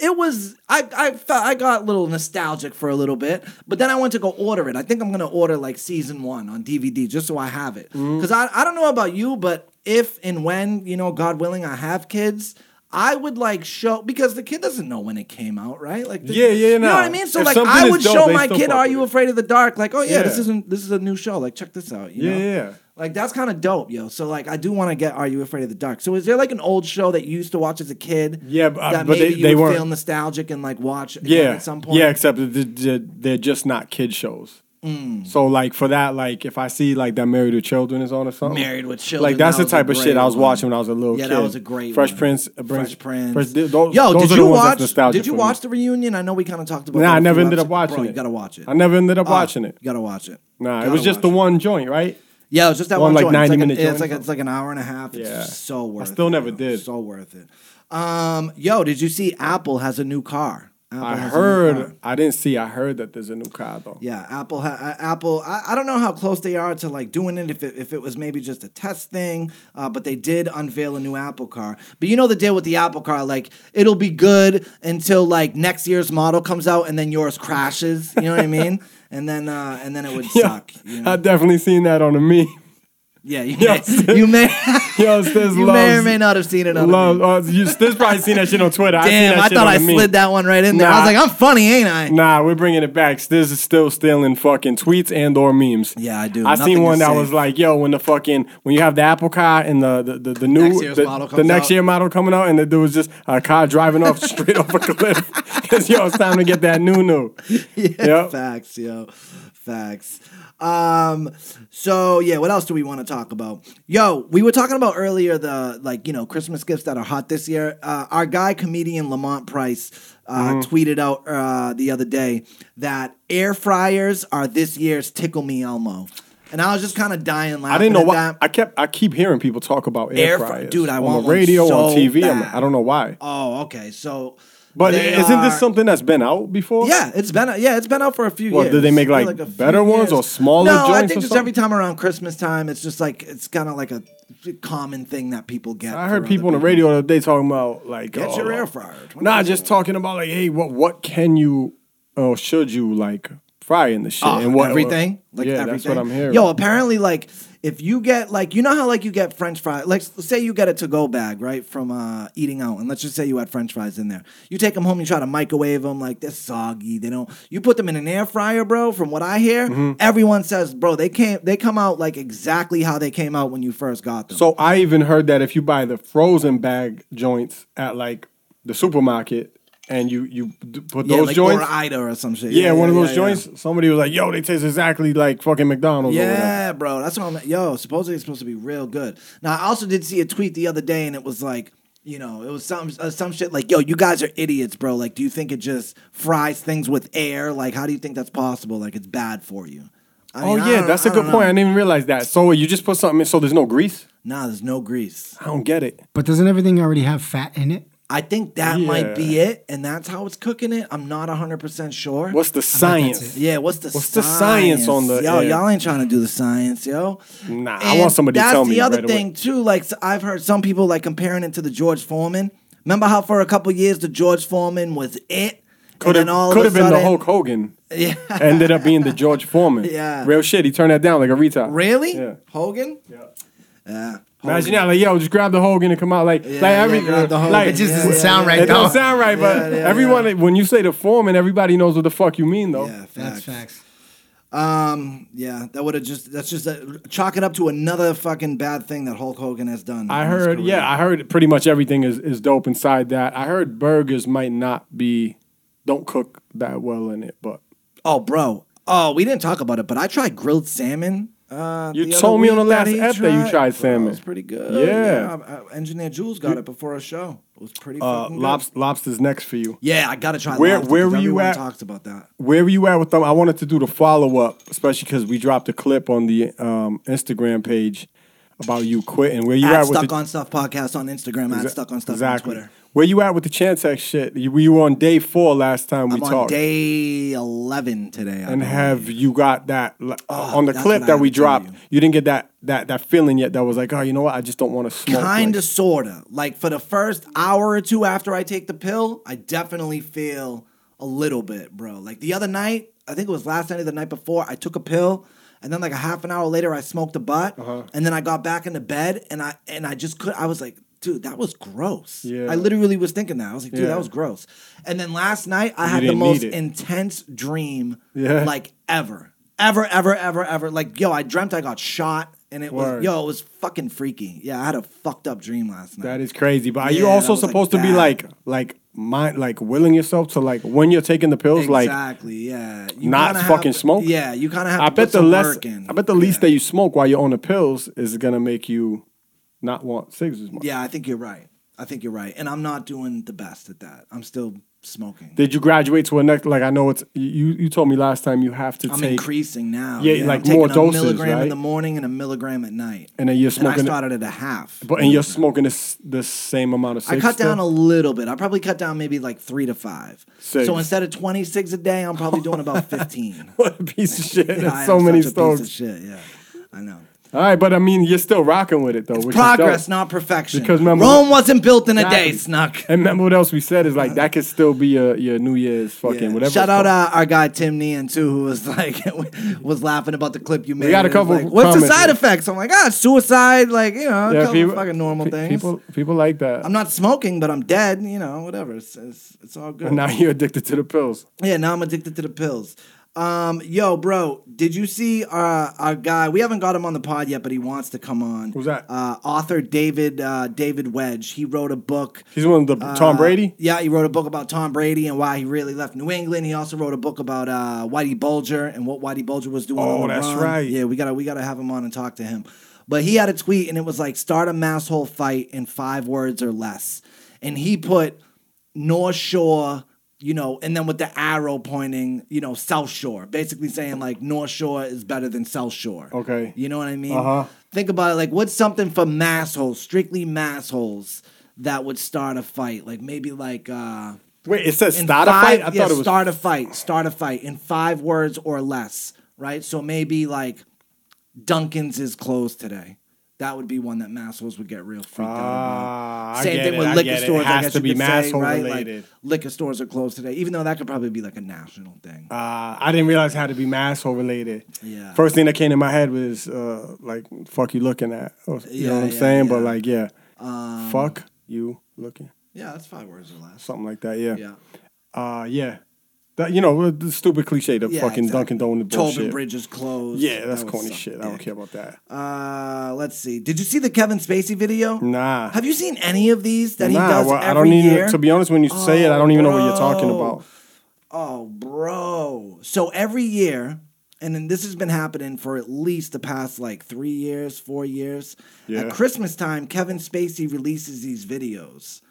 Speaker 1: it was. I I felt I got a little nostalgic for a little bit, but then I went to go order it. I think I'm gonna order like season one on DVD just so I have it,
Speaker 4: Mm.
Speaker 1: because I I don't know about you, but if and when you know, God willing, I have kids. I would like show because the kid doesn't know when it came out, right? Like, the-
Speaker 4: Yeah, yeah,
Speaker 1: you know
Speaker 4: nah.
Speaker 1: what I mean. So
Speaker 4: If
Speaker 1: like,
Speaker 4: something
Speaker 1: I
Speaker 4: is
Speaker 1: would
Speaker 4: dope,
Speaker 1: show
Speaker 4: they
Speaker 1: my
Speaker 4: still
Speaker 1: kid,
Speaker 4: fuck
Speaker 1: "Are
Speaker 4: with
Speaker 1: you
Speaker 4: it."
Speaker 1: afraid of the dark?" Like, oh yeah,
Speaker 4: Yeah.
Speaker 1: this isn't this is a new show. Like, check this out. You
Speaker 4: Yeah,
Speaker 1: know?
Speaker 4: yeah.
Speaker 1: Like that's kind of dope, yo. So like I do want to get Are You Afraid of the Dark? So is there like an old show that you used to watch as a kid?
Speaker 4: Yeah, but, uh,
Speaker 1: that
Speaker 4: but
Speaker 1: maybe
Speaker 4: they-
Speaker 1: you
Speaker 4: they
Speaker 1: would
Speaker 4: weren't.
Speaker 1: feel nostalgic and like watch again
Speaker 4: Yeah.
Speaker 1: at some point.
Speaker 4: Yeah, except that th- th- they're just not kid shows.
Speaker 1: Mm.
Speaker 4: So like for that, like if I see like that Married with Children is on or something,
Speaker 1: Married with Children,
Speaker 4: like that's
Speaker 1: that
Speaker 4: the
Speaker 1: was a
Speaker 4: type of shit
Speaker 1: great
Speaker 4: I was
Speaker 1: one.
Speaker 4: watching when I was a little
Speaker 1: Yeah,
Speaker 4: kid.
Speaker 1: that was a great
Speaker 4: Fresh
Speaker 1: one.
Speaker 4: Prince, uh,
Speaker 1: Fresh Prince.
Speaker 4: Fresh- th- those,
Speaker 1: Yo,
Speaker 4: those
Speaker 1: did
Speaker 4: are
Speaker 1: you
Speaker 4: the ones that's
Speaker 1: watch?
Speaker 4: nostalgic
Speaker 1: Did you
Speaker 4: for me.
Speaker 1: watch the reunion? I know we kind of talked about.
Speaker 4: Nah,
Speaker 1: that
Speaker 4: I never
Speaker 1: before.
Speaker 4: ended up
Speaker 1: Bro,
Speaker 4: watching
Speaker 1: You
Speaker 4: it.
Speaker 1: gotta watch it.
Speaker 4: I never ended up watching it.
Speaker 1: You gotta watch it.
Speaker 4: Nah, it
Speaker 1: Gotta
Speaker 4: was just the
Speaker 1: watch it.
Speaker 4: one joint, right?
Speaker 1: Yeah, it was just that
Speaker 4: One,
Speaker 1: one.
Speaker 4: like,
Speaker 1: joint. It's
Speaker 4: 90
Speaker 1: an-
Speaker 4: minute
Speaker 1: It's
Speaker 4: joint.
Speaker 1: like it's like an hour and a half. It's
Speaker 4: Yeah.
Speaker 1: so
Speaker 4: I
Speaker 1: worth.
Speaker 4: still
Speaker 1: it,
Speaker 4: never
Speaker 1: bro.
Speaker 4: did.
Speaker 1: So worth it. Um, yo, did you see Apple has a new car? Apple
Speaker 4: I
Speaker 1: has a new car.
Speaker 4: heard. I didn't see. I heard that there's a new car though.
Speaker 1: Yeah, Apple. Ha- I- Apple. I, I don't know how close they are to like doing it. If it, if it was maybe just a test thing, uh, but they did unveil a new Apple car. But you know the deal with the Apple car, like it'll be good until like next year's model comes out, and then yours crashes. You know what
Speaker 4: (laughs)
Speaker 1: I mean? And then uh, and then it would
Speaker 4: Yeah,
Speaker 1: suck.
Speaker 4: (laughs)
Speaker 1: You know?
Speaker 4: I definitely seen that on the meme. (laughs)
Speaker 1: yeah, you
Speaker 4: Yeah.
Speaker 1: may, you may
Speaker 4: Yo, Stiz
Speaker 1: you
Speaker 4: loves,
Speaker 1: may or may not have seen it. On
Speaker 4: loves.
Speaker 1: the-
Speaker 4: Oh, you, Stiz probably seen that shit on Twitter. I Oh, seen
Speaker 1: Damn,
Speaker 4: that
Speaker 1: I
Speaker 4: shit
Speaker 1: thought
Speaker 4: on
Speaker 1: I
Speaker 4: the meme.
Speaker 1: slid that one right in there. I was
Speaker 4: Nah.
Speaker 1: like, I'm funny, ain't I?
Speaker 4: Nah, we're bringing it back. Stiz is still stealing fucking tweets and or memes.
Speaker 1: Yeah, I do.
Speaker 4: I
Speaker 1: Nothing
Speaker 4: seen one
Speaker 1: is
Speaker 4: that
Speaker 1: safe.
Speaker 4: was like, yo, when the fucking when you have the Apple car and the the, the, the new
Speaker 1: Next year's
Speaker 4: the,
Speaker 1: model
Speaker 4: the
Speaker 1: comes
Speaker 4: next
Speaker 1: out.
Speaker 4: year model coming out, and the dude was just a car driving off (laughs) straight off a cliff. (laughs) 'Cause, yo, it's time to get that new new.
Speaker 1: (laughs) Yeah,
Speaker 4: Yep.
Speaker 1: facts, yo. Facts. Um, so yeah, what else do we want to talk about? Yo, we were talking about earlier the like, you know, Christmas gifts that are hot this year. Uh, our guy comedian Lamont Price uh,
Speaker 4: Mm-hmm.
Speaker 1: tweeted out uh, the other day that air fryers are this year's tickle me Elmo. And I was just kind of dying laughing.
Speaker 4: I didn't know
Speaker 1: at
Speaker 4: why.
Speaker 1: that.
Speaker 4: I kept. I keep hearing people talk about air,
Speaker 1: Air fry-
Speaker 4: fryers,
Speaker 1: dude, I
Speaker 4: on
Speaker 1: want
Speaker 4: the
Speaker 1: one
Speaker 4: radio,
Speaker 1: so
Speaker 4: on TV. I'm
Speaker 1: bad.
Speaker 4: like, I don't know why.
Speaker 1: Oh, okay. So
Speaker 4: But
Speaker 1: they
Speaker 4: isn't this
Speaker 1: are-
Speaker 4: something that's been out before?
Speaker 1: Yeah, it's been out- yeah, it's been out for a few
Speaker 4: Well,
Speaker 1: years.
Speaker 4: do they make,
Speaker 1: I feel
Speaker 4: like,
Speaker 1: a few
Speaker 4: better ones or smaller
Speaker 1: No, I
Speaker 4: joints
Speaker 1: think
Speaker 4: or
Speaker 1: just
Speaker 4: something?
Speaker 1: every time around Christmas time, it's just like it's kind of like a common thing that people get.
Speaker 4: I
Speaker 1: for
Speaker 4: heard
Speaker 1: other
Speaker 4: people on the radio the other day talking about like
Speaker 1: Get
Speaker 4: oh,
Speaker 1: your air fryer.
Speaker 4: Nah, just talking about like, hey, what what can you or should you like fry in the shit
Speaker 1: Oh,
Speaker 4: and what
Speaker 1: everything, like
Speaker 4: yeah,
Speaker 1: everything.
Speaker 4: that's what I'm hearing.
Speaker 1: Yo, apparently, like if you get like you know how like you get French fries, like s- say you get a to go bag right from uh, eating out, and let's just say you had French fries in there. You take them home, you try to microwave them, like they're soggy. They don't. You put them in an air fryer, bro. From what I hear,
Speaker 4: Mm-hmm.
Speaker 1: everyone says, bro, they came, they come out like exactly how they came out when you first got them.
Speaker 4: so I even heard that if you buy the frozen bag joints at like the supermarket and you you d- put
Speaker 1: yeah,
Speaker 4: those
Speaker 1: like
Speaker 4: joints,
Speaker 1: or Ida or some shit.
Speaker 4: yeah, one of those
Speaker 1: yeah, yeah.
Speaker 4: joints. Somebody was like, yo, they taste exactly like fucking McDonald's. or whatever.
Speaker 1: Yeah, bro. That's what I'm. Yo, supposedly it's supposed to be real good. Now, I also did see a tweet the other day, and it was like, you know, it was some uh, some shit like, yo, you guys are idiots, bro. Like, do you think it just fries things with air? Like, how do you think that's possible? Like, it's bad for you. I mean,
Speaker 4: oh
Speaker 1: I
Speaker 4: yeah,
Speaker 1: don't-
Speaker 4: that's
Speaker 1: I
Speaker 4: a good
Speaker 1: don't
Speaker 4: point. I
Speaker 1: know.
Speaker 4: didn't even realize that. So you just put something in, so there's no grease.
Speaker 1: Nah, there's no grease.
Speaker 4: I don't get it.
Speaker 5: But doesn't everything already have fat in it?
Speaker 1: I think that might
Speaker 4: Yeah.
Speaker 1: be it, and that's how it's cooking it. I'm not 100 percent sure.
Speaker 4: What's the science?
Speaker 1: yeah, what's the
Speaker 4: What's the
Speaker 1: science?
Speaker 4: science on the
Speaker 1: yo?
Speaker 4: air?
Speaker 1: Y'all ain't trying to do the science, yo.
Speaker 4: Nah, I want somebody to
Speaker 1: that's
Speaker 4: tell
Speaker 1: the
Speaker 4: me
Speaker 1: other
Speaker 4: right away.
Speaker 1: thing too. Like so I've heard some people like comparing it to the George Foreman. Remember how for a couple years the George Foreman was it,
Speaker 4: Could
Speaker 1: and
Speaker 4: have
Speaker 1: then all
Speaker 4: could have
Speaker 1: of a
Speaker 4: been
Speaker 1: sudden,
Speaker 4: the Hulk Hogan.
Speaker 1: (laughs) Yeah.
Speaker 4: Ended up being the George Foreman.
Speaker 1: (laughs) Yeah.
Speaker 4: Real shit. He turned that down like a retard.
Speaker 1: Really,
Speaker 4: Yeah.
Speaker 1: Hogan? Yeah.
Speaker 4: Imagine that, like yo, just grab the Hogan and come out like like
Speaker 1: yeah,
Speaker 4: every
Speaker 1: grab the Hogan.
Speaker 4: like
Speaker 1: It just
Speaker 5: doesn't sound right,
Speaker 4: It
Speaker 5: though.
Speaker 4: don't sound right, but
Speaker 1: Yeah, yeah,
Speaker 4: everyone when you say the Foreman, everybody knows what the fuck you mean though.
Speaker 1: Yeah,
Speaker 5: That's
Speaker 1: facts.
Speaker 5: facts.
Speaker 1: Um, yeah, that would have just that's just a, chalk it up to another fucking bad thing that Hulk Hogan has done.
Speaker 4: I
Speaker 1: in his
Speaker 4: heard,
Speaker 1: career.
Speaker 4: yeah, I heard pretty much everything is, is dope inside that. I heard burgers might not be, don't cook that well in it, but
Speaker 1: Oh, bro. Oh, we didn't talk about it, but I tried grilled salmon. Uh,
Speaker 4: You
Speaker 1: the other
Speaker 4: told me on
Speaker 1: week
Speaker 4: the last
Speaker 1: he
Speaker 4: ep that you tried
Speaker 1: Bro, It
Speaker 4: salmon.
Speaker 1: was pretty good.
Speaker 4: Yeah.
Speaker 1: I- I- Engineer Jules got it before a show. It was pretty
Speaker 4: uh,
Speaker 1: fucking good.
Speaker 4: lobs- lobster's next for you.
Speaker 1: Yeah, I gotta try.
Speaker 4: Where-
Speaker 1: lobster,
Speaker 4: where
Speaker 1: 'cause
Speaker 4: were you
Speaker 1: everyone
Speaker 4: at?
Speaker 1: Talks about that.
Speaker 4: where were you at with them? I wanted to do the follow up, especially because we dropped a clip on the um, Instagram page about you quitting. Where you
Speaker 1: At
Speaker 4: at with
Speaker 1: Stuck
Speaker 4: the,
Speaker 1: on Stuff podcast on Instagram. at Stuck on Stuff
Speaker 4: exactly.
Speaker 1: on Twitter.
Speaker 4: Where you at with the chance X shit? You, we were on day four last time we
Speaker 1: I'm on
Speaker 4: talked,
Speaker 1: day eleven today. I
Speaker 4: and
Speaker 1: believe.
Speaker 4: have you got that li- on the
Speaker 1: Oh, that's
Speaker 4: clip
Speaker 1: what I
Speaker 4: that
Speaker 1: had
Speaker 4: we
Speaker 1: to tell
Speaker 4: dropped?
Speaker 1: you.
Speaker 4: You. didn't get that that that feeling yet. That was like, oh, you know what? I just don't want to smoke.
Speaker 1: kind
Speaker 4: like-
Speaker 1: of sorta like for the first hour or two after i take the pill i definitely feel a little bit bro like the other night i think it was last night or the night before i took a pill and then like a half an hour later i smoked a butt
Speaker 4: Uh-huh.
Speaker 1: and then i got back into bed and i and i just could i was like dude that was gross
Speaker 4: Yeah.
Speaker 1: i literally was thinking that i was like dude
Speaker 4: Yeah.
Speaker 1: that was gross and then last night i had the
Speaker 4: didn't
Speaker 1: most
Speaker 4: need it.
Speaker 1: intense dream
Speaker 4: Yeah.
Speaker 1: like ever ever ever ever ever like yo i dreamt i got shot and it was
Speaker 4: Word.
Speaker 1: yo it was fucking freaky. Yeah, I had a fucked up dream last night.
Speaker 4: That is crazy. But are you
Speaker 1: Yeah,
Speaker 4: also
Speaker 1: that was, like,
Speaker 4: supposed to be
Speaker 1: bad.
Speaker 4: like like mind like willing yourself to like when you're taking the pills, like
Speaker 1: exactly, yeah. You
Speaker 4: not
Speaker 1: kinda
Speaker 4: fucking
Speaker 1: have-
Speaker 4: smoke.
Speaker 1: Yeah, you kind of have.
Speaker 4: I
Speaker 1: to put
Speaker 4: bet the
Speaker 1: some
Speaker 4: less.
Speaker 1: work in.
Speaker 4: I bet the least that you smoke while you're on the pills is gonna make you not want cigs as much.
Speaker 1: Yeah, I think you're right. I think you're right, and I'm not doing the best at that. I'm still smoking.
Speaker 4: Did you graduate to a next? Like I know it's you. You told me last time you have to
Speaker 1: I'm
Speaker 4: take,
Speaker 1: increasing now.
Speaker 4: Yeah, like
Speaker 1: I'm taking
Speaker 4: more
Speaker 1: a
Speaker 4: doses,
Speaker 1: milligram
Speaker 4: right?
Speaker 1: in the morning and a milligram at night.
Speaker 4: and then you're
Speaker 1: and I
Speaker 4: smoking.
Speaker 1: started at a half.
Speaker 4: but and you're smoking this the same amount of.
Speaker 1: I
Speaker 4: Cigs
Speaker 1: cut down a
Speaker 4: still?
Speaker 1: little bit. I probably cut down maybe like three to five.
Speaker 4: Six.
Speaker 1: So instead of 26 a day, I'm probably
Speaker 4: (laughs)
Speaker 1: doing about 15.
Speaker 4: (laughs) What a piece of shit!
Speaker 1: Yeah,
Speaker 4: There's
Speaker 1: I
Speaker 4: so
Speaker 1: am
Speaker 4: many
Speaker 1: such a piece of
Speaker 4: stokes.
Speaker 1: shit. Yeah, I know.
Speaker 4: All right, but I mean, you're still rocking with it though. which is dope.
Speaker 1: Progress, not perfection.
Speaker 4: Because remember-
Speaker 1: Rome wasn't built in a day,
Speaker 4: Exactly.
Speaker 1: Snuck.
Speaker 4: And remember what else we said is like that could still be your, your New Year's fucking
Speaker 1: Yeah.
Speaker 4: whatever.
Speaker 1: Shout
Speaker 4: it's
Speaker 1: out
Speaker 4: called.
Speaker 1: uh, our guy Tim Nean too, who was like (laughs) was laughing about the clip you made.
Speaker 4: got a
Speaker 1: It was
Speaker 4: couple
Speaker 1: like, What's the
Speaker 4: comments.
Speaker 1: side effects? I'm like, ah, suicide. Like you know, a
Speaker 4: Yeah,
Speaker 1: couple
Speaker 4: people-
Speaker 1: fucking normal
Speaker 4: pe-
Speaker 1: things.
Speaker 4: People people like that.
Speaker 1: I'm not smoking, but I'm dead. You know, whatever. It's it's, it's all good.
Speaker 4: And (laughs) now you're addicted to the pills.
Speaker 1: Yeah, now I'm addicted to the pills. Um, yo, bro, did you see our our guy? We haven't got him on the pod yet, but he wants to come on.
Speaker 4: Who's that?
Speaker 1: Uh, author David uh, David Wedge. He wrote a book. uh,
Speaker 4: He's one of the Tom Brady.
Speaker 1: Yeah, he wrote a book about Tom Brady and why he really left New England. He also wrote a book about uh, Whitey Bulger and what Whitey Bulger was doing.
Speaker 4: Oh,
Speaker 1: on the
Speaker 4: that's
Speaker 1: run.
Speaker 4: right.
Speaker 1: Yeah, we gotta we gotta have him on and talk to him. But he had a tweet and it was like start a mass hole fight in five words or less, and he put North Shore. You know, and then with the arrow pointing, you know, South Shore, basically saying like North Shore is better than South Shore.
Speaker 4: Okay.
Speaker 1: You know what I mean?
Speaker 4: Uh-huh.
Speaker 1: Think about it. Like, what's something for massholes, strictly massholes, that would start a fight? Like, maybe like. uh
Speaker 4: Wait, it says
Speaker 1: in
Speaker 4: start a
Speaker 1: five-
Speaker 4: fight. I
Speaker 1: yeah,
Speaker 4: thought it was.
Speaker 1: start a fight. Start a fight in five words or less, right? So maybe like Duncan's is closed today. That would be one that massholes would get real freaked out
Speaker 4: Ah,
Speaker 1: about.
Speaker 4: I
Speaker 1: Same
Speaker 4: get
Speaker 1: thing
Speaker 4: it,
Speaker 1: with
Speaker 4: I
Speaker 1: liquor
Speaker 4: get it. It
Speaker 1: stores. I
Speaker 4: has
Speaker 1: guess
Speaker 4: to
Speaker 1: you
Speaker 4: be
Speaker 1: could say,
Speaker 4: masshole
Speaker 1: right?
Speaker 4: related.
Speaker 1: Like, liquor stores are closed today, even though that could probably be like a national thing.
Speaker 4: Uh, I didn't realize it had to be masshole related.
Speaker 1: Yeah.
Speaker 4: First thing that came to my head was uh, like fuck you looking at. Or, you know
Speaker 1: Yeah,
Speaker 4: what I'm
Speaker 1: yeah,
Speaker 4: saying? But
Speaker 1: yeah. Um,
Speaker 4: like yeah, fuck you looking
Speaker 1: yeah, that's five words or less.
Speaker 4: something like that. Yeah.
Speaker 1: Yeah.
Speaker 4: Uh, yeah. That, you know the stupid cliche, the
Speaker 1: Yeah,
Speaker 4: fucking
Speaker 1: exactly.
Speaker 4: Dunkin' Donuts
Speaker 1: Tobin
Speaker 4: bullshit.
Speaker 1: Bridges closed.
Speaker 4: Yeah, that's
Speaker 1: That would
Speaker 4: corny
Speaker 1: suck
Speaker 4: shit. I don't
Speaker 1: dick.
Speaker 4: care about that.
Speaker 1: Uh, let's see. Did you see the Kevin Spacey video?
Speaker 4: Nah.
Speaker 1: Have you seen any of these that he
Speaker 4: nah,
Speaker 1: does
Speaker 4: well,
Speaker 1: every
Speaker 4: I don't even.
Speaker 1: year?
Speaker 4: To be honest, when you say it, I don't even know what you're talking
Speaker 1: bro.
Speaker 4: about.
Speaker 1: Oh, bro. So every year, and then this has been happening for at least the past like three years, four years.
Speaker 4: Yeah.
Speaker 1: At Christmas time, Kevin Spacey releases these videos.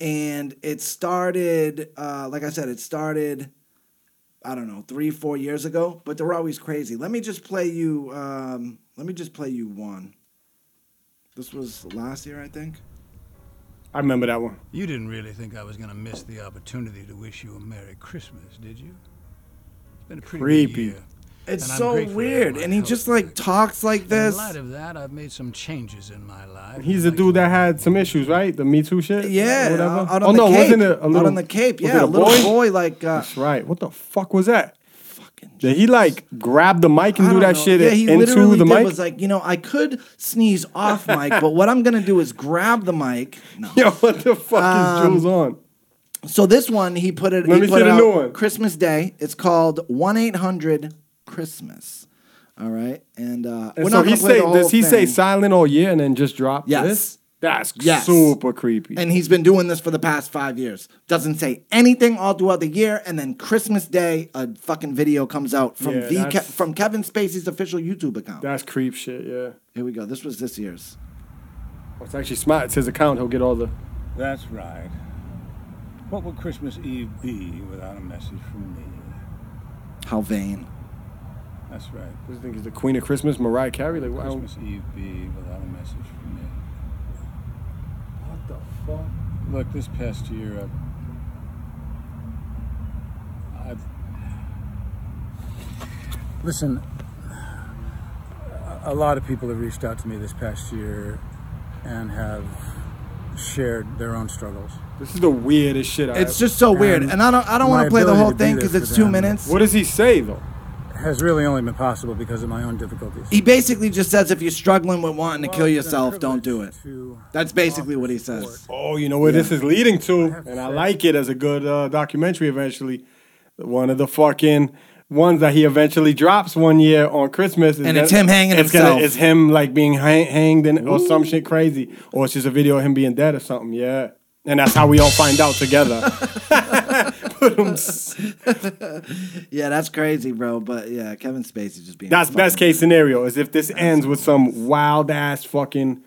Speaker 1: And it started, uh, like I said, it started, I don't know, three, four years ago, but they're always crazy. Let me just play you, um, let me just play you one. This was last year, I think.
Speaker 4: I remember that one.
Speaker 9: You didn't really think I was going to miss the opportunity to wish you a Merry Christmas, did you? It's been a pretty good
Speaker 4: Creepy.
Speaker 9: year.
Speaker 1: It's
Speaker 9: And I'm
Speaker 1: so
Speaker 9: grateful
Speaker 1: weird.
Speaker 9: for my
Speaker 1: And he
Speaker 9: health.
Speaker 1: just like talks like
Speaker 9: In
Speaker 1: this.
Speaker 9: light of that, I've made some changes in my life.
Speaker 4: He's the dude that had some issues, right? The Me Too shit.
Speaker 1: Yeah, uh,
Speaker 4: Whatever.
Speaker 1: Out, out on
Speaker 4: oh
Speaker 1: the
Speaker 4: no,
Speaker 1: cape.
Speaker 4: wasn't it a little
Speaker 1: out on the cape?
Speaker 4: was
Speaker 1: Yeah,
Speaker 4: it
Speaker 1: a little boy,
Speaker 4: boy?
Speaker 1: like uh,
Speaker 4: That's right. What the fuck was that?
Speaker 1: fucking.
Speaker 4: Did he like grab the mic and
Speaker 1: I
Speaker 4: do
Speaker 1: don't
Speaker 4: that
Speaker 1: know.
Speaker 4: shit
Speaker 1: Yeah, he
Speaker 4: into
Speaker 1: literally
Speaker 4: the
Speaker 1: did
Speaker 4: mic?
Speaker 1: was like, you know, I could sneeze off mic, but what I'm gonna do is grab the mic. No.
Speaker 4: (laughs) Yo, what the fuck is
Speaker 1: Um,
Speaker 4: Jules on?
Speaker 1: So this one, he put it.
Speaker 4: Let
Speaker 1: he
Speaker 4: me see
Speaker 1: put it
Speaker 4: the
Speaker 1: out
Speaker 4: new one.
Speaker 1: Christmas Day. It's called one eight hundred Christmas. All right, and, uh,
Speaker 4: And
Speaker 1: we're
Speaker 4: so
Speaker 1: not
Speaker 4: he
Speaker 1: gonna play
Speaker 4: say,
Speaker 1: the whole
Speaker 4: does he say
Speaker 1: thing.
Speaker 4: silent all year and then just drop
Speaker 1: Yes.
Speaker 4: this? That's
Speaker 1: Yes.
Speaker 4: super creepy.
Speaker 1: And he's been doing this for the past five years. Doesn't say anything all throughout the year, and then Christmas Day, a fucking video comes out from
Speaker 4: Yeah,
Speaker 1: the
Speaker 4: that's-
Speaker 1: Ke- from Kevin Spacey's official YouTube account.
Speaker 4: That's creep shit. Yeah.
Speaker 1: Here we go. This was this year's.
Speaker 4: Oh, It's actually smart. It's his account. He'll get all the.
Speaker 9: That's right. What would Christmas Eve be without a message from me?
Speaker 1: How vain.
Speaker 9: That's right.
Speaker 4: What do you think is the Queen of Christmas, Mariah Carey? Like, wow.
Speaker 9: Christmas Eve be without a message from me?
Speaker 4: What the fuck?
Speaker 9: Look, this past year, I've, I've listen. A lot of people have reached out to me this past year and have shared their own struggles.
Speaker 4: This is the weirdest shit. I
Speaker 1: It's just so weird, and I don't I don't want
Speaker 9: my
Speaker 1: to play the
Speaker 9: ability
Speaker 1: whole
Speaker 9: to be
Speaker 1: thing
Speaker 9: there
Speaker 1: because
Speaker 9: for
Speaker 1: it's two
Speaker 9: them.
Speaker 1: minutes.
Speaker 4: What does he say though?
Speaker 9: Has really only been possible because of my own difficulties.
Speaker 1: He basically just says if you're struggling with wanting to kill yourself, don't do it.
Speaker 9: To
Speaker 1: That's basically what he says.
Speaker 4: Oh, you know where this is leading to, and I like it as a good uh, documentary. Eventually, one of the fucking ones that he eventually drops one year on Christmas, is
Speaker 1: And it's
Speaker 4: that-
Speaker 1: him hanging
Speaker 4: it's
Speaker 1: himself.
Speaker 4: it's him like being hang- hanged and, or some shit crazy, or it's just a video of him being dead or something. Yeah, And that's how we all find out
Speaker 1: (laughs)
Speaker 4: together.
Speaker 1: Yeah, that's crazy, bro. But yeah, Kevin Spacey just being
Speaker 4: That's
Speaker 1: fucking-
Speaker 4: best case scenario is if this ends with some wild ass fucking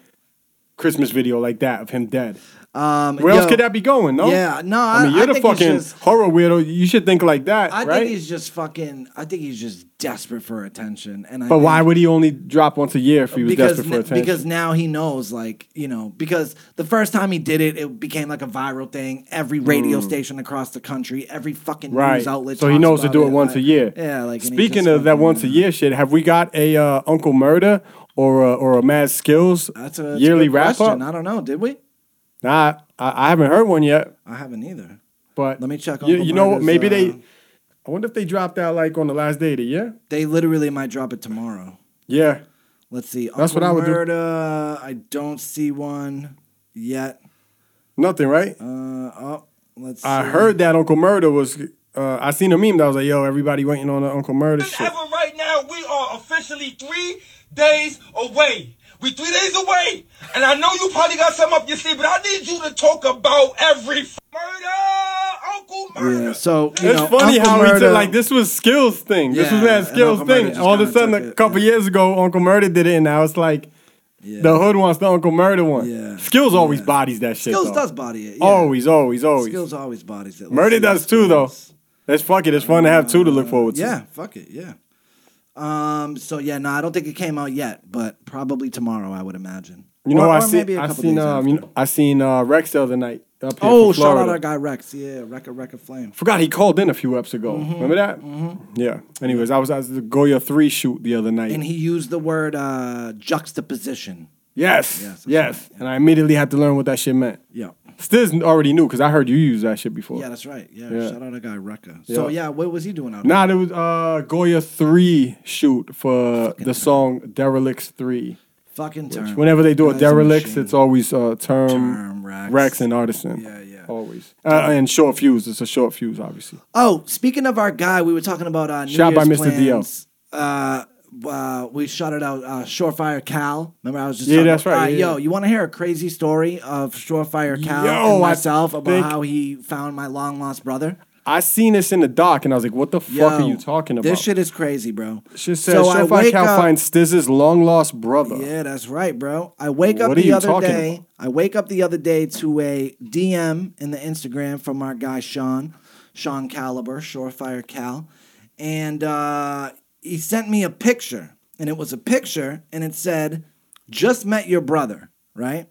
Speaker 4: Christmas video like that of him dead.
Speaker 1: Um,
Speaker 4: Where else
Speaker 1: yo,
Speaker 4: could that be going? No.
Speaker 1: Yeah, no,
Speaker 4: I, mean
Speaker 1: I-
Speaker 4: you're the
Speaker 1: I think it's
Speaker 4: fucking
Speaker 1: just-
Speaker 4: horror weirdo. You should think like that,
Speaker 1: I
Speaker 4: right?
Speaker 1: think he's just fucking. I think he's just desperate for attention. And I
Speaker 4: but why
Speaker 1: think-
Speaker 4: would he only drop once a year if he was
Speaker 1: because
Speaker 4: desperate
Speaker 1: n-
Speaker 4: for attention?
Speaker 1: because now he knows like you know because the first time he did it it became like a viral thing every radio station across the country every fucking
Speaker 4: Mm. right.
Speaker 1: news outlet
Speaker 4: So he
Speaker 1: talks
Speaker 4: knows to
Speaker 1: about
Speaker 4: do it once
Speaker 1: like-
Speaker 4: a year.
Speaker 1: yeah like and he
Speaker 4: Speaking
Speaker 1: just
Speaker 4: of that
Speaker 1: fucking-
Speaker 4: once a year shit, have we got a uh, Uncle Murder or a, or a Mad Skills
Speaker 1: that's a, that's a
Speaker 4: yearly
Speaker 1: good
Speaker 4: wrap
Speaker 1: question.
Speaker 4: up?
Speaker 1: I don't know did we
Speaker 4: Nah, I, I haven't heard one yet.
Speaker 1: I haven't either
Speaker 4: But
Speaker 1: Let me check
Speaker 4: You,
Speaker 1: Uncle
Speaker 4: you know what?
Speaker 1: Murder's,
Speaker 4: Maybe they.
Speaker 1: uh,
Speaker 4: I wonder if they dropped out like on the last day of the year.
Speaker 1: they literally might drop it tomorrow
Speaker 4: Yeah,
Speaker 1: let's see
Speaker 4: That's what I would do.
Speaker 1: Murda, I don't see one yet
Speaker 4: nothing, right?
Speaker 1: uh oh let's
Speaker 4: I
Speaker 1: see.
Speaker 4: heard that Uncle Murder was. Uh, I seen a meme that was like, "Yo, everybody waiting on the Uncle Murder shit."
Speaker 8: Ever right now, we are officially three days away. We three days away, and I know you probably got something up your sleeve, but I need you to talk about every f- murder, Uncle murder.
Speaker 1: yeah, so you
Speaker 4: It's
Speaker 1: know,
Speaker 4: funny
Speaker 1: Uncle
Speaker 4: how he
Speaker 1: Murda-
Speaker 4: took like this was skills thing. This was
Speaker 1: Yeah,
Speaker 4: that
Speaker 1: and
Speaker 4: skills
Speaker 1: Uncle Murda
Speaker 4: thing.
Speaker 1: just
Speaker 4: All of a
Speaker 1: kinda
Speaker 4: sudden,
Speaker 1: took
Speaker 4: a
Speaker 1: it,
Speaker 4: couple years ago, Uncle Murder did it, and now it's like
Speaker 1: yeah.
Speaker 4: the hood wants the Uncle Murder one.
Speaker 1: Yeah.
Speaker 4: Skills always bodies that shit.
Speaker 1: Skills
Speaker 4: though.
Speaker 1: does body it. yeah.
Speaker 4: Always, always, always.
Speaker 1: Skills always bodies it. Let's
Speaker 4: Oh, Murder
Speaker 1: see
Speaker 4: does
Speaker 1: what
Speaker 4: too, though.
Speaker 1: Skills-
Speaker 4: That's fuck it. It's fun to have two to look forward to.
Speaker 1: Yeah, fuck it, yeah. Um. So yeah, no, I don't think it came out yet, but probably tomorrow, I would imagine.
Speaker 4: You know,
Speaker 1: Or-
Speaker 4: I
Speaker 1: or
Speaker 4: seen,
Speaker 1: maybe a
Speaker 4: I
Speaker 1: couple
Speaker 4: seen,
Speaker 1: days
Speaker 4: um,
Speaker 1: after.
Speaker 4: you know, I seen uh, Rex the other night. Up here
Speaker 1: Oh,
Speaker 4: from
Speaker 1: shout out
Speaker 4: Florida.
Speaker 1: our guy Rex. Yeah, Wreck a Wreck a Flame.
Speaker 4: Forgot he called in a few eps ago.
Speaker 1: Mm-hmm.
Speaker 4: Remember that? Yeah. Anyways, I was at the Goya three shoot the other night.
Speaker 1: And he used the word uh, juxtaposition.
Speaker 4: yes,
Speaker 1: Yes,
Speaker 4: yes,
Speaker 1: that's
Speaker 4: And I immediately had to learn what that shit meant.
Speaker 1: Yeah.
Speaker 4: Stiz already knew because I heard you use that shit before.
Speaker 1: Yeah, that's right. Yeah,
Speaker 4: Yeah.
Speaker 1: shout out our guy Recca. So
Speaker 4: Yeah.
Speaker 1: yeah, what was he doing out
Speaker 4: Nah, there was uh, Goya three shoot for the song Derelicts three.
Speaker 1: there? Fucking
Speaker 4: Which
Speaker 1: turn.
Speaker 4: whenever they do a
Speaker 1: Guy's a
Speaker 4: derelicts,
Speaker 1: machine.
Speaker 4: it's always uh, term,
Speaker 1: Term, Rex.
Speaker 4: Rex. and artisan.
Speaker 1: Yeah, yeah.
Speaker 4: Always. Uh, and short fuse. It's a short fuse, obviously.
Speaker 1: Oh, speaking of our guy, we were talking about uh, New
Speaker 4: Shot by
Speaker 1: Year's
Speaker 4: Mr. Dio.
Speaker 1: plans. Uh, uh, we shouted out uh, Shorefire Cal. Remember, I was just
Speaker 4: Yeah,
Speaker 1: talking
Speaker 4: that's
Speaker 1: about-
Speaker 4: right,
Speaker 1: uh,
Speaker 4: yeah,
Speaker 1: Yo,
Speaker 4: yeah.
Speaker 1: you want to hear a crazy story of Shorefire Cal
Speaker 4: Yo,
Speaker 1: and
Speaker 4: I
Speaker 1: myself about
Speaker 4: think-
Speaker 1: how he found my long lost brother?
Speaker 4: I seen this in the doc, and I was like, "What the fuck
Speaker 1: Yo,
Speaker 4: are you talking about?"
Speaker 1: This shit is crazy, bro.
Speaker 4: She says, so if I can find Stiz's long lost brother.
Speaker 1: Yeah, that's right, bro. I wake up
Speaker 4: What are
Speaker 1: the
Speaker 4: you
Speaker 1: other
Speaker 4: talking
Speaker 1: day.
Speaker 4: about?
Speaker 1: I wake up the other day to a DM in the Instagram from our guy Sean, Sean Caliber, Shorefire Cal, and uh, he sent me a picture, and it was a picture, and it said, "Just met your brother," right?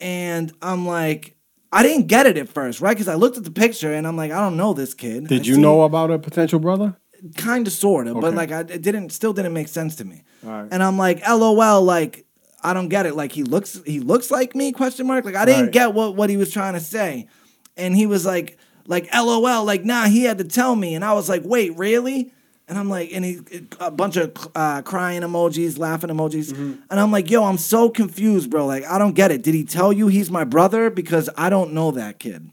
Speaker 1: And I'm like, I didn't get it at first, right? Because I looked at the picture, and I'm like, I don't know this kid.
Speaker 4: Did
Speaker 1: I
Speaker 4: you
Speaker 1: see-
Speaker 4: know about a potential brother?
Speaker 1: kind of sort of but
Speaker 4: Okay.
Speaker 1: like I, it didn't still didn't make sense to me
Speaker 4: Alright.
Speaker 1: and i'm like lol like i don't get it like he looks he looks like me question mark like i didn't
Speaker 4: Right.
Speaker 1: get what what he was trying to say and he was like like lol like nah he had to tell me and i was like wait really and i'm like and he a bunch of uh, crying emojis laughing emojis
Speaker 4: Mm-hmm.
Speaker 1: and i'm like yo i'm so confused bro like i don't get it did he tell you he's my brother because i don't know that kid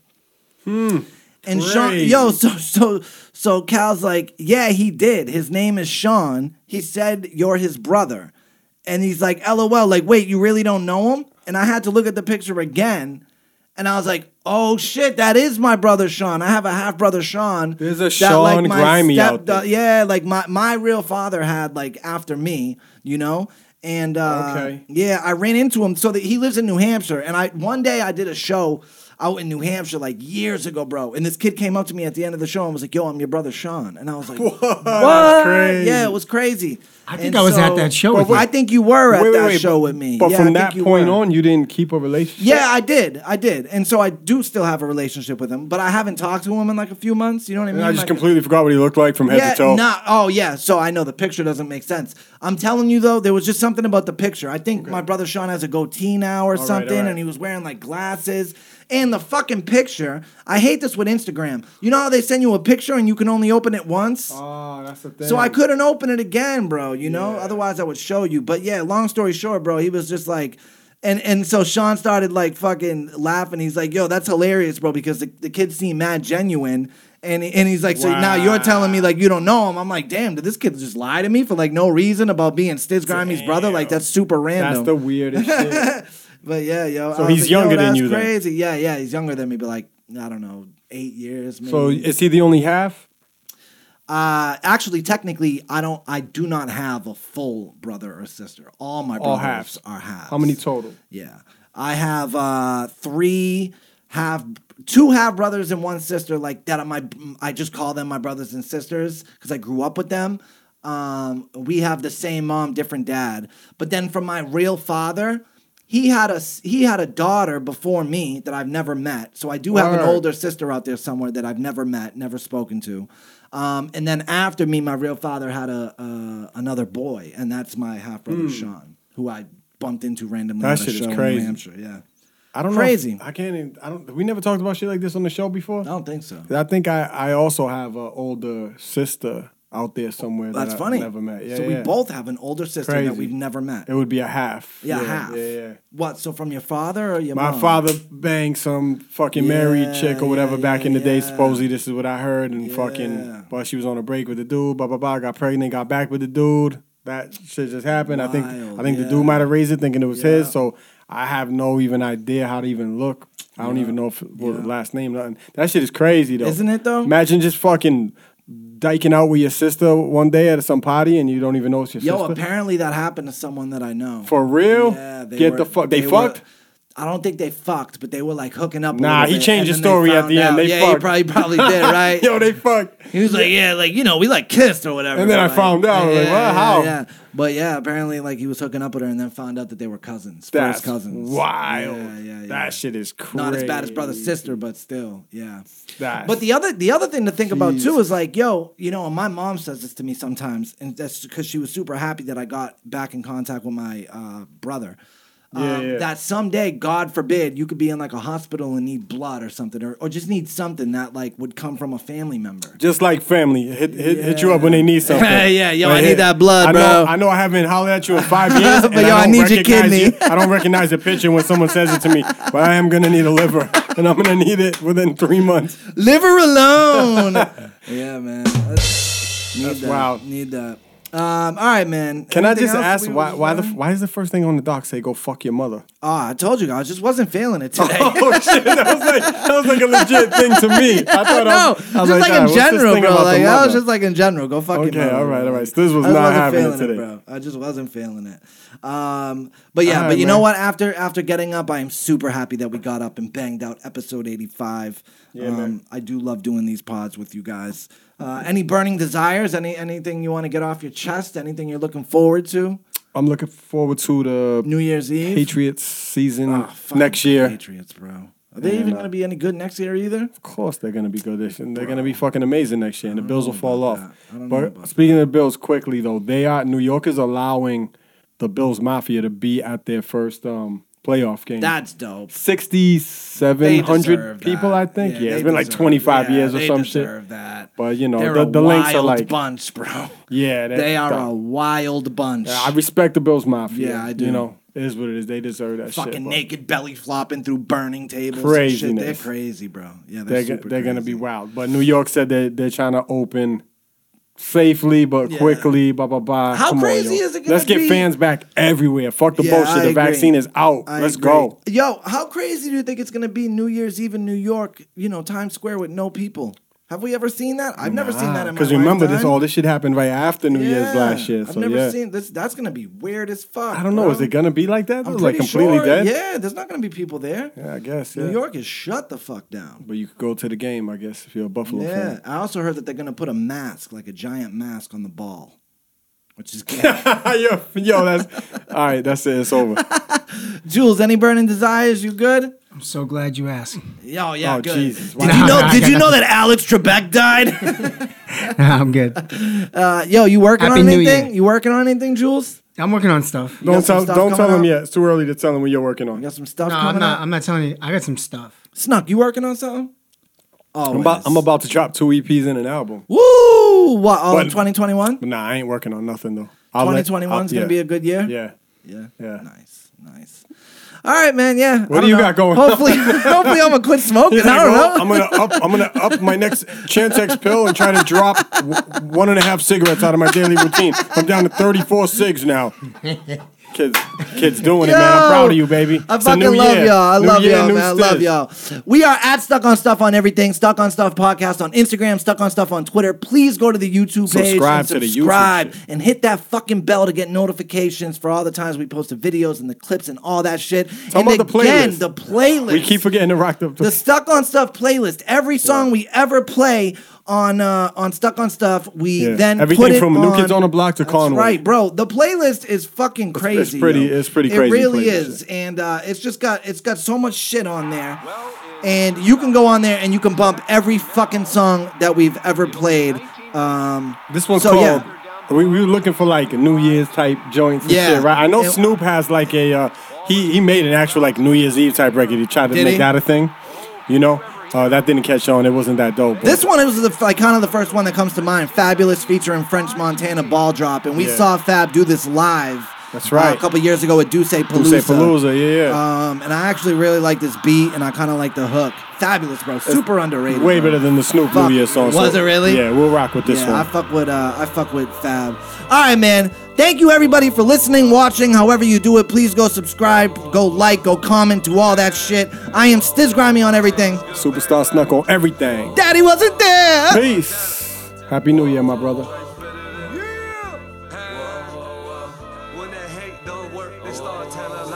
Speaker 1: and Sean,
Speaker 4: Crazy.
Speaker 1: yo, so so so Cal's like, yeah, he did. His name is Sean. He said you're his brother, and he's like, lol, like wait, you really don't know him? And I had to look at the picture again, and I was like, oh shit, that is my brother Sean. I have a half brother Sean.
Speaker 4: There's a Sean Grimy out there.
Speaker 1: Yeah, like my my real father had like after me, you know. And uh,
Speaker 4: Okay.
Speaker 1: yeah, I ran into him. So that he lives in New Hampshire, and I one day I did a show out in New Hampshire like years ago, bro. And this kid came up to me at the end of the show and was like, "Yo, I'm your brother Sean," and I
Speaker 4: (laughs)
Speaker 1: was like, "What?"
Speaker 4: crazy.
Speaker 1: Yeah, it was crazy. I
Speaker 5: think I was at that show But with you.
Speaker 1: I think you were at
Speaker 4: Wait, wait,
Speaker 1: that
Speaker 4: wait,
Speaker 1: show
Speaker 4: but-
Speaker 1: with me.
Speaker 4: But
Speaker 1: Yeah, I
Speaker 4: from
Speaker 1: think
Speaker 4: that
Speaker 1: you
Speaker 4: point
Speaker 1: were.
Speaker 4: on, you didn't keep a relationship.
Speaker 1: Yeah, I did. I did. And so I do still have a relationship with him, but I haven't talked to him in like a few months. You know what I mean?
Speaker 4: And I just
Speaker 1: Like-
Speaker 4: completely forgot what he looked like from head
Speaker 1: yeah,
Speaker 4: to toe.
Speaker 1: Nah, oh, yeah. So I know the picture doesn't make sense. I'm telling you, though, there was just something about the picture. I think my brother Sean has a goatee now or something,
Speaker 4: all right.
Speaker 1: and he was wearing like glasses. And the fucking picture, I hate this with Instagram. You know how they send you a picture and you can only open it once?
Speaker 4: Oh, that's the (laughs) thing.
Speaker 1: So I couldn't open it again, bro. You know, otherwise I would show you. But yeah, long story short, bro, he was just like, and and so Sean started like fucking laughing. He's like, "Yo, that's hilarious, bro," because the, the kids seem mad genuine. And, he- and he's like, so now you're telling me like you don't know him. I'm like, damn, did this kid just lie to me for like no reason about being Stiz Grimey's brother? Like that's super random.
Speaker 4: (laughs) That's the weirdest shit.
Speaker 1: But yeah, yo.
Speaker 4: So
Speaker 1: I was
Speaker 4: he's
Speaker 1: like, yo,
Speaker 4: younger than
Speaker 1: that's
Speaker 4: you then?
Speaker 1: Crazy. Yeah, yeah. He's younger than me, but like I don't know, eight years. Maybe.
Speaker 4: So is he the only half?
Speaker 1: Uh, actually, technically, I don't. I do not have a full brother or sister. All my brothers
Speaker 4: All halves.
Speaker 1: are halves.
Speaker 4: How many total?
Speaker 1: Yeah, I have uh, three half, two half brothers and one sister. Like that, are my I just call them my brothers and sisters because I grew up with them. Um, we have the same mom, different dad. But then from my real father, he had a s- he had a daughter before me that I've never met. So I do have an
Speaker 4: Word.
Speaker 1: older sister out there somewhere that I've never met, never spoken to. Um, and then after me, my real father had a uh, another boy, and that's my half brother Sean, who I bumped into randomly
Speaker 4: That
Speaker 1: at a
Speaker 4: shit is
Speaker 1: show in New
Speaker 4: crazy.
Speaker 1: Hampshire, Yeah,
Speaker 4: I don't know.
Speaker 1: Crazy.
Speaker 4: if- I can't even. I don't. We never talked about shit like this on the show before.
Speaker 1: I don't think so.
Speaker 4: I think I, I also have an older sister out there somewhere.
Speaker 1: That's
Speaker 4: that I
Speaker 1: funny.
Speaker 4: Never met. Yeah,
Speaker 1: so
Speaker 4: yeah.
Speaker 1: we both have an older sister
Speaker 4: Crazy.
Speaker 1: that we've never met.
Speaker 4: It would be a half.
Speaker 1: yeah, half.
Speaker 4: Yeah, yeah.
Speaker 1: What? So from your father or your
Speaker 4: My
Speaker 1: mom?
Speaker 4: father banged some fucking married
Speaker 1: Oh. Yeah,
Speaker 4: chick or whatever
Speaker 1: yeah,
Speaker 4: back in the day.
Speaker 1: yeah.
Speaker 4: Supposedly, this is what I heard. And
Speaker 1: Yeah.
Speaker 4: fucking, but she was on a break with the dude. Blah blah blah. Got pregnant. Got back with the dude. That shit just happened. I think
Speaker 1: Wild,
Speaker 4: I think the
Speaker 1: yeah.
Speaker 4: dude might have raised it thinking it was
Speaker 1: Yeah.
Speaker 4: his. So I have no even idea how to even look. I don't even know if well, the last name. Nothing. That shit is crazy though.
Speaker 1: Isn't it, though?
Speaker 4: Imagine just fucking diking out with your sister one day at some party and you don't even know it's your
Speaker 1: Yo,
Speaker 4: sister.
Speaker 1: apparently that happened to someone that I know.
Speaker 4: For real?
Speaker 1: Yeah, they
Speaker 4: Get
Speaker 1: were-
Speaker 4: the fuck. They,
Speaker 1: were-
Speaker 4: fucked.
Speaker 1: I don't think they fucked, but they were like hooking up. a
Speaker 4: Nah,
Speaker 1: little
Speaker 4: he
Speaker 1: bit,
Speaker 4: changed
Speaker 1: and
Speaker 4: the
Speaker 1: then
Speaker 4: story at
Speaker 1: found
Speaker 4: the end.
Speaker 1: out.
Speaker 4: They
Speaker 1: yeah,
Speaker 4: fucked.
Speaker 1: he probably
Speaker 4: (laughs)
Speaker 1: probably did, right?
Speaker 4: Yo, they fucked.
Speaker 1: He was like, yeah, like you know, we like kissed or whatever.
Speaker 4: And then I
Speaker 1: like-
Speaker 4: found out, like, what? How?
Speaker 1: Yeah, but yeah, apparently, like he was hooking up with her, and then found out that they were cousins,
Speaker 4: That's
Speaker 1: first cousins.
Speaker 4: wild.
Speaker 1: Yeah, yeah, yeah.
Speaker 4: That shit is crazy.
Speaker 1: Not as bad as brother sister, but still, yeah.
Speaker 4: That's-
Speaker 1: But the other the other thing to think about too is like, yo, you know, and my mom says this to me sometimes, and that's because she was super happy that I got back in contact with my uh, brother.
Speaker 4: Yeah,
Speaker 1: um,
Speaker 4: yeah.
Speaker 1: That someday, God forbid, you could be in like a hospital and need blood or something, or, or just need something that like would come from a family member.
Speaker 4: Just like family, hit hit, hit you up when they need something.
Speaker 1: (laughs) Yeah, yo,
Speaker 4: Like,
Speaker 1: I need
Speaker 4: hey,
Speaker 1: that blood,
Speaker 4: I know,
Speaker 1: bro.
Speaker 4: I know I haven't hollered at you in
Speaker 1: (laughs)
Speaker 4: five years,
Speaker 1: But
Speaker 4: and
Speaker 1: yo, I
Speaker 4: don't
Speaker 1: need your
Speaker 4: recognize
Speaker 1: kidney.
Speaker 4: you- I don't recognize the picture when someone says it to me, but I am gonna need a liver, (laughs) and I'm gonna need it within three months.
Speaker 1: Liver alone. (laughs) yeah, man. That's, need that.
Speaker 4: wild.
Speaker 1: Need that. Um, all right, man.
Speaker 4: Can I
Speaker 1: Anything
Speaker 4: just
Speaker 1: else
Speaker 4: ask
Speaker 1: we
Speaker 4: why
Speaker 1: was
Speaker 4: why the
Speaker 1: doing?
Speaker 4: why is the first thing on the doc say go fuck your mother? (laughs)
Speaker 1: Ah, I told you, I just wasn't feeling it today.
Speaker 4: Oh shit, that was like that was like a legit thing to
Speaker 1: (laughs)
Speaker 4: me. I thought (laughs)
Speaker 1: no,
Speaker 4: I, was-
Speaker 1: just
Speaker 4: I was
Speaker 1: like,
Speaker 4: "Nah,
Speaker 1: in
Speaker 4: what's this
Speaker 1: general,
Speaker 4: thing
Speaker 1: bro.
Speaker 4: about the
Speaker 1: Like I
Speaker 4: mother?"
Speaker 1: was just like in general. Go fuck your
Speaker 4: Okay,
Speaker 1: mother,
Speaker 4: all right,
Speaker 1: bro.
Speaker 4: all right. So this was
Speaker 1: I just
Speaker 4: not
Speaker 1: wasn't
Speaker 4: happening
Speaker 1: feeling
Speaker 4: today.
Speaker 1: bro. I just wasn't feeling it. Um, but yeah,
Speaker 4: All right,
Speaker 1: but you know
Speaker 4: man.
Speaker 1: what? After after getting up, I am super happy that we got up and banged out episode eighty five.
Speaker 4: Yeah,
Speaker 1: um,
Speaker 4: man.
Speaker 1: I do love doing these pods with you guys. Uh, any burning desires? Any anything you want to get off your chest? Anything you're looking forward to?
Speaker 4: I'm looking forward to the
Speaker 1: New Year's Eve.
Speaker 4: Patriots season
Speaker 1: Ah, fuck
Speaker 4: next year.
Speaker 1: Patriots, bro. Are they even gonna be any good next year either?
Speaker 4: Of course, they're gonna be good. This year. They're gonna be fucking amazing next year, and the Bills will fall off.
Speaker 1: that. I don't know
Speaker 4: But
Speaker 1: about
Speaker 4: speaking of the Bills, quickly though, they are New Yorkers allowing the Bills Mafia to be at their first um, playoff game.
Speaker 1: That's dope.
Speaker 4: sixty-seven hundred
Speaker 1: deserve
Speaker 4: people,
Speaker 1: that.
Speaker 4: I think. Yeah,
Speaker 1: they
Speaker 4: it's been like
Speaker 1: deserve-
Speaker 4: twenty-five
Speaker 1: yeah,
Speaker 4: years or
Speaker 1: they
Speaker 4: some
Speaker 1: deserve
Speaker 4: shit.
Speaker 1: That.
Speaker 4: But, you know,
Speaker 1: They're
Speaker 4: the-
Speaker 1: a
Speaker 4: the links are
Speaker 1: wild
Speaker 4: like-
Speaker 1: bunch, bro.
Speaker 4: (laughs) Yeah, that-
Speaker 1: they are
Speaker 4: that-
Speaker 1: a wild bunch.
Speaker 4: I respect the Bills Mafia.
Speaker 1: Yeah, I do.
Speaker 4: You know, it is what it is. They deserve that
Speaker 1: Fucking
Speaker 4: shit. but
Speaker 1: naked, belly flopping through burning tables. and shit. They're
Speaker 4: Craziness.
Speaker 1: crazy, bro. Yeah, they're
Speaker 4: They're
Speaker 1: super
Speaker 4: go- they're gonna
Speaker 1: crazy.
Speaker 4: be wild. But New York said they they're trying to open safely but
Speaker 1: Yeah.
Speaker 4: quickly. Blah blah blah.
Speaker 1: How
Speaker 4: Come on,
Speaker 1: crazy
Speaker 4: yo.
Speaker 1: is it gonna
Speaker 4: Let's get
Speaker 1: be?
Speaker 4: fans back everywhere. Fuck the
Speaker 1: Yeah,
Speaker 4: bullshit.
Speaker 1: I
Speaker 4: The
Speaker 1: agree.
Speaker 4: vaccine is out.
Speaker 1: I
Speaker 4: Let's
Speaker 1: agree.
Speaker 4: go.
Speaker 1: Yo, how crazy do you think it's gonna be New Year's Eve in New York? You know, Times Square with no people. Have we ever seen that? I've never seen that in my
Speaker 4: Because remember this
Speaker 1: lifetime.
Speaker 4: all this shit happened right after New Year's
Speaker 1: Yeah,
Speaker 4: last year. So
Speaker 1: I've never
Speaker 4: yeah.
Speaker 1: seen this. That's gonna be weird as fuck.
Speaker 4: I don't know. Is
Speaker 1: bro.
Speaker 4: it gonna be like that?
Speaker 1: I'm
Speaker 4: though? like
Speaker 1: pretty
Speaker 4: completely
Speaker 1: sure,
Speaker 4: dead.
Speaker 1: Yeah, there's not gonna be people there.
Speaker 4: Yeah, I guess. Yeah.
Speaker 1: New York is shut the fuck down.
Speaker 4: But you could go to the game, I guess, if you're a Buffalo
Speaker 1: Yeah,
Speaker 4: fan.
Speaker 1: I also heard that they're gonna put a mask, like a giant mask, on the ball,
Speaker 4: (laughs)
Speaker 1: which is gay.
Speaker 4: yo, yo, that's all right. That's it. It's over.
Speaker 1: Jules, any burning desires? You good?
Speaker 5: I'm so glad you asked. (laughs)
Speaker 1: Oh yeah,
Speaker 4: Oh,
Speaker 1: good.
Speaker 4: Jesus. Why
Speaker 1: Did you know? Did you know that Alex Trebek died? (laughs)
Speaker 5: I'm good.
Speaker 1: uh, yo, you working
Speaker 5: Happy
Speaker 1: on
Speaker 5: New
Speaker 1: anything?
Speaker 5: Year.
Speaker 1: You working on anything, Jules?
Speaker 5: I'm working on stuff.
Speaker 1: got
Speaker 4: Don't
Speaker 1: some
Speaker 4: tell.
Speaker 1: stuff
Speaker 4: Don't tell
Speaker 1: coming
Speaker 4: them
Speaker 1: up?
Speaker 4: yet. It's too early to tell them what you're working on.
Speaker 1: You got some stuff
Speaker 5: No, I'm
Speaker 1: coming
Speaker 5: not.
Speaker 1: up.
Speaker 5: I'm not telling you. I got some stuff.
Speaker 1: Snuck, you working on something? Oh,
Speaker 4: I'm about, I'm about to drop two EPs in an album.
Speaker 1: Woo! What? oh, All in
Speaker 4: But-
Speaker 1: 2021?
Speaker 4: Nah, I ain't working on nothing though. I'll let-
Speaker 1: 2021's
Speaker 4: I'll-
Speaker 1: gonna be a good year.
Speaker 4: yeah.
Speaker 1: Yeah.
Speaker 4: Yeah.
Speaker 1: Nice. Nice. All right, man. Yeah.
Speaker 4: What do
Speaker 1: I don't
Speaker 4: you
Speaker 1: know.
Speaker 4: got going on?
Speaker 1: Hopefully, (laughs) hopefully I'm gonna quit smoking.
Speaker 4: He's
Speaker 1: I
Speaker 4: like,
Speaker 1: don't
Speaker 4: "Well,
Speaker 1: know.
Speaker 4: I'm gonna up. I'm gonna up my next Chantix pill and try to drop w- one and a half cigarettes out of my daily routine. I'm down to 34 cigs now. kids, kids doing it, man. I'm
Speaker 1: Yo!
Speaker 4: proud of you, baby.
Speaker 1: (laughs) I
Speaker 4: It's a new
Speaker 1: fucking love
Speaker 4: year.
Speaker 1: y'all. I
Speaker 4: New
Speaker 1: love
Speaker 4: year,
Speaker 1: y'all,
Speaker 4: new
Speaker 1: man. I love
Speaker 4: stiz.
Speaker 1: y'all. We are at Stuck on Stuff on everything. Stuck on Stuff podcast on Instagram. Stuck on Stuff on Twitter. Please go to the YouTube page.
Speaker 4: Subscribe
Speaker 1: and
Speaker 4: to the YouTube
Speaker 1: subscribe
Speaker 4: shit.
Speaker 1: and hit that fucking bell to get notifications for all the times we post the videos and the clips and all that shit. and
Speaker 4: about the
Speaker 1: again,
Speaker 4: playlist.
Speaker 1: the playlist.
Speaker 4: We keep forgetting to rock the.
Speaker 1: the Stuck on Stuff playlist. Every song we ever play on uh, on Stuck on Stuff, we
Speaker 4: Yeah.
Speaker 1: then
Speaker 4: Everything
Speaker 1: put it
Speaker 4: from New Kids
Speaker 1: on
Speaker 4: on the Block to
Speaker 1: That's
Speaker 4: Conway.
Speaker 1: Right, bro. The playlist is fucking crazy.
Speaker 4: pretty-
Speaker 1: yo.
Speaker 4: it's pretty
Speaker 1: It
Speaker 4: crazy
Speaker 1: really
Speaker 4: playlist,
Speaker 1: is, and uh, it's just got it's got so much shit on there. And you can go on there and you can bump every fucking song that we've ever played. Um,
Speaker 4: This one's
Speaker 1: So,
Speaker 4: called.
Speaker 1: yeah.
Speaker 4: We, we were looking for like a New Year's type joints and
Speaker 1: Yeah.
Speaker 4: shit, right? I know
Speaker 1: It-
Speaker 4: Snoop has like a. Uh, he he made an actual like New Year's Eve type record. He tried to
Speaker 1: Did
Speaker 4: make
Speaker 1: he?
Speaker 4: that a thing, you know. Uh, that didn't catch on. It wasn't that dope. but-
Speaker 1: This one was the, like kind of the first one that comes to mind. Fabulous featuring French Montana Ball Drop, and we
Speaker 4: Yeah.
Speaker 1: saw Fab do this live.
Speaker 4: That's
Speaker 1: uh,
Speaker 4: right.
Speaker 1: a couple years ago at Duce Palooza.
Speaker 4: Palooza, yeah, yeah.
Speaker 1: Um, and I actually really like this beat, and I kind of like the hook. Fabulous, bro. Super underrated.
Speaker 4: way
Speaker 1: bro.
Speaker 4: better than the Snoop
Speaker 1: Uh, Fuck.
Speaker 4: New Year song.
Speaker 1: Was it really?
Speaker 4: Yeah, we'll rock with this
Speaker 1: yeah, I
Speaker 4: one.
Speaker 1: fuck with uh, I fuck with Fab. All right, man. Thank you everybody for listening, watching, however you do it. Please go subscribe, go like, go comment, do all that shit. I am Stiz Grimy on everything.
Speaker 4: Superstar snuck on everything.
Speaker 1: Daddy wasn't there.
Speaker 4: Peace. Happy New Year, my brother.
Speaker 8: When that hate don't work, they start telling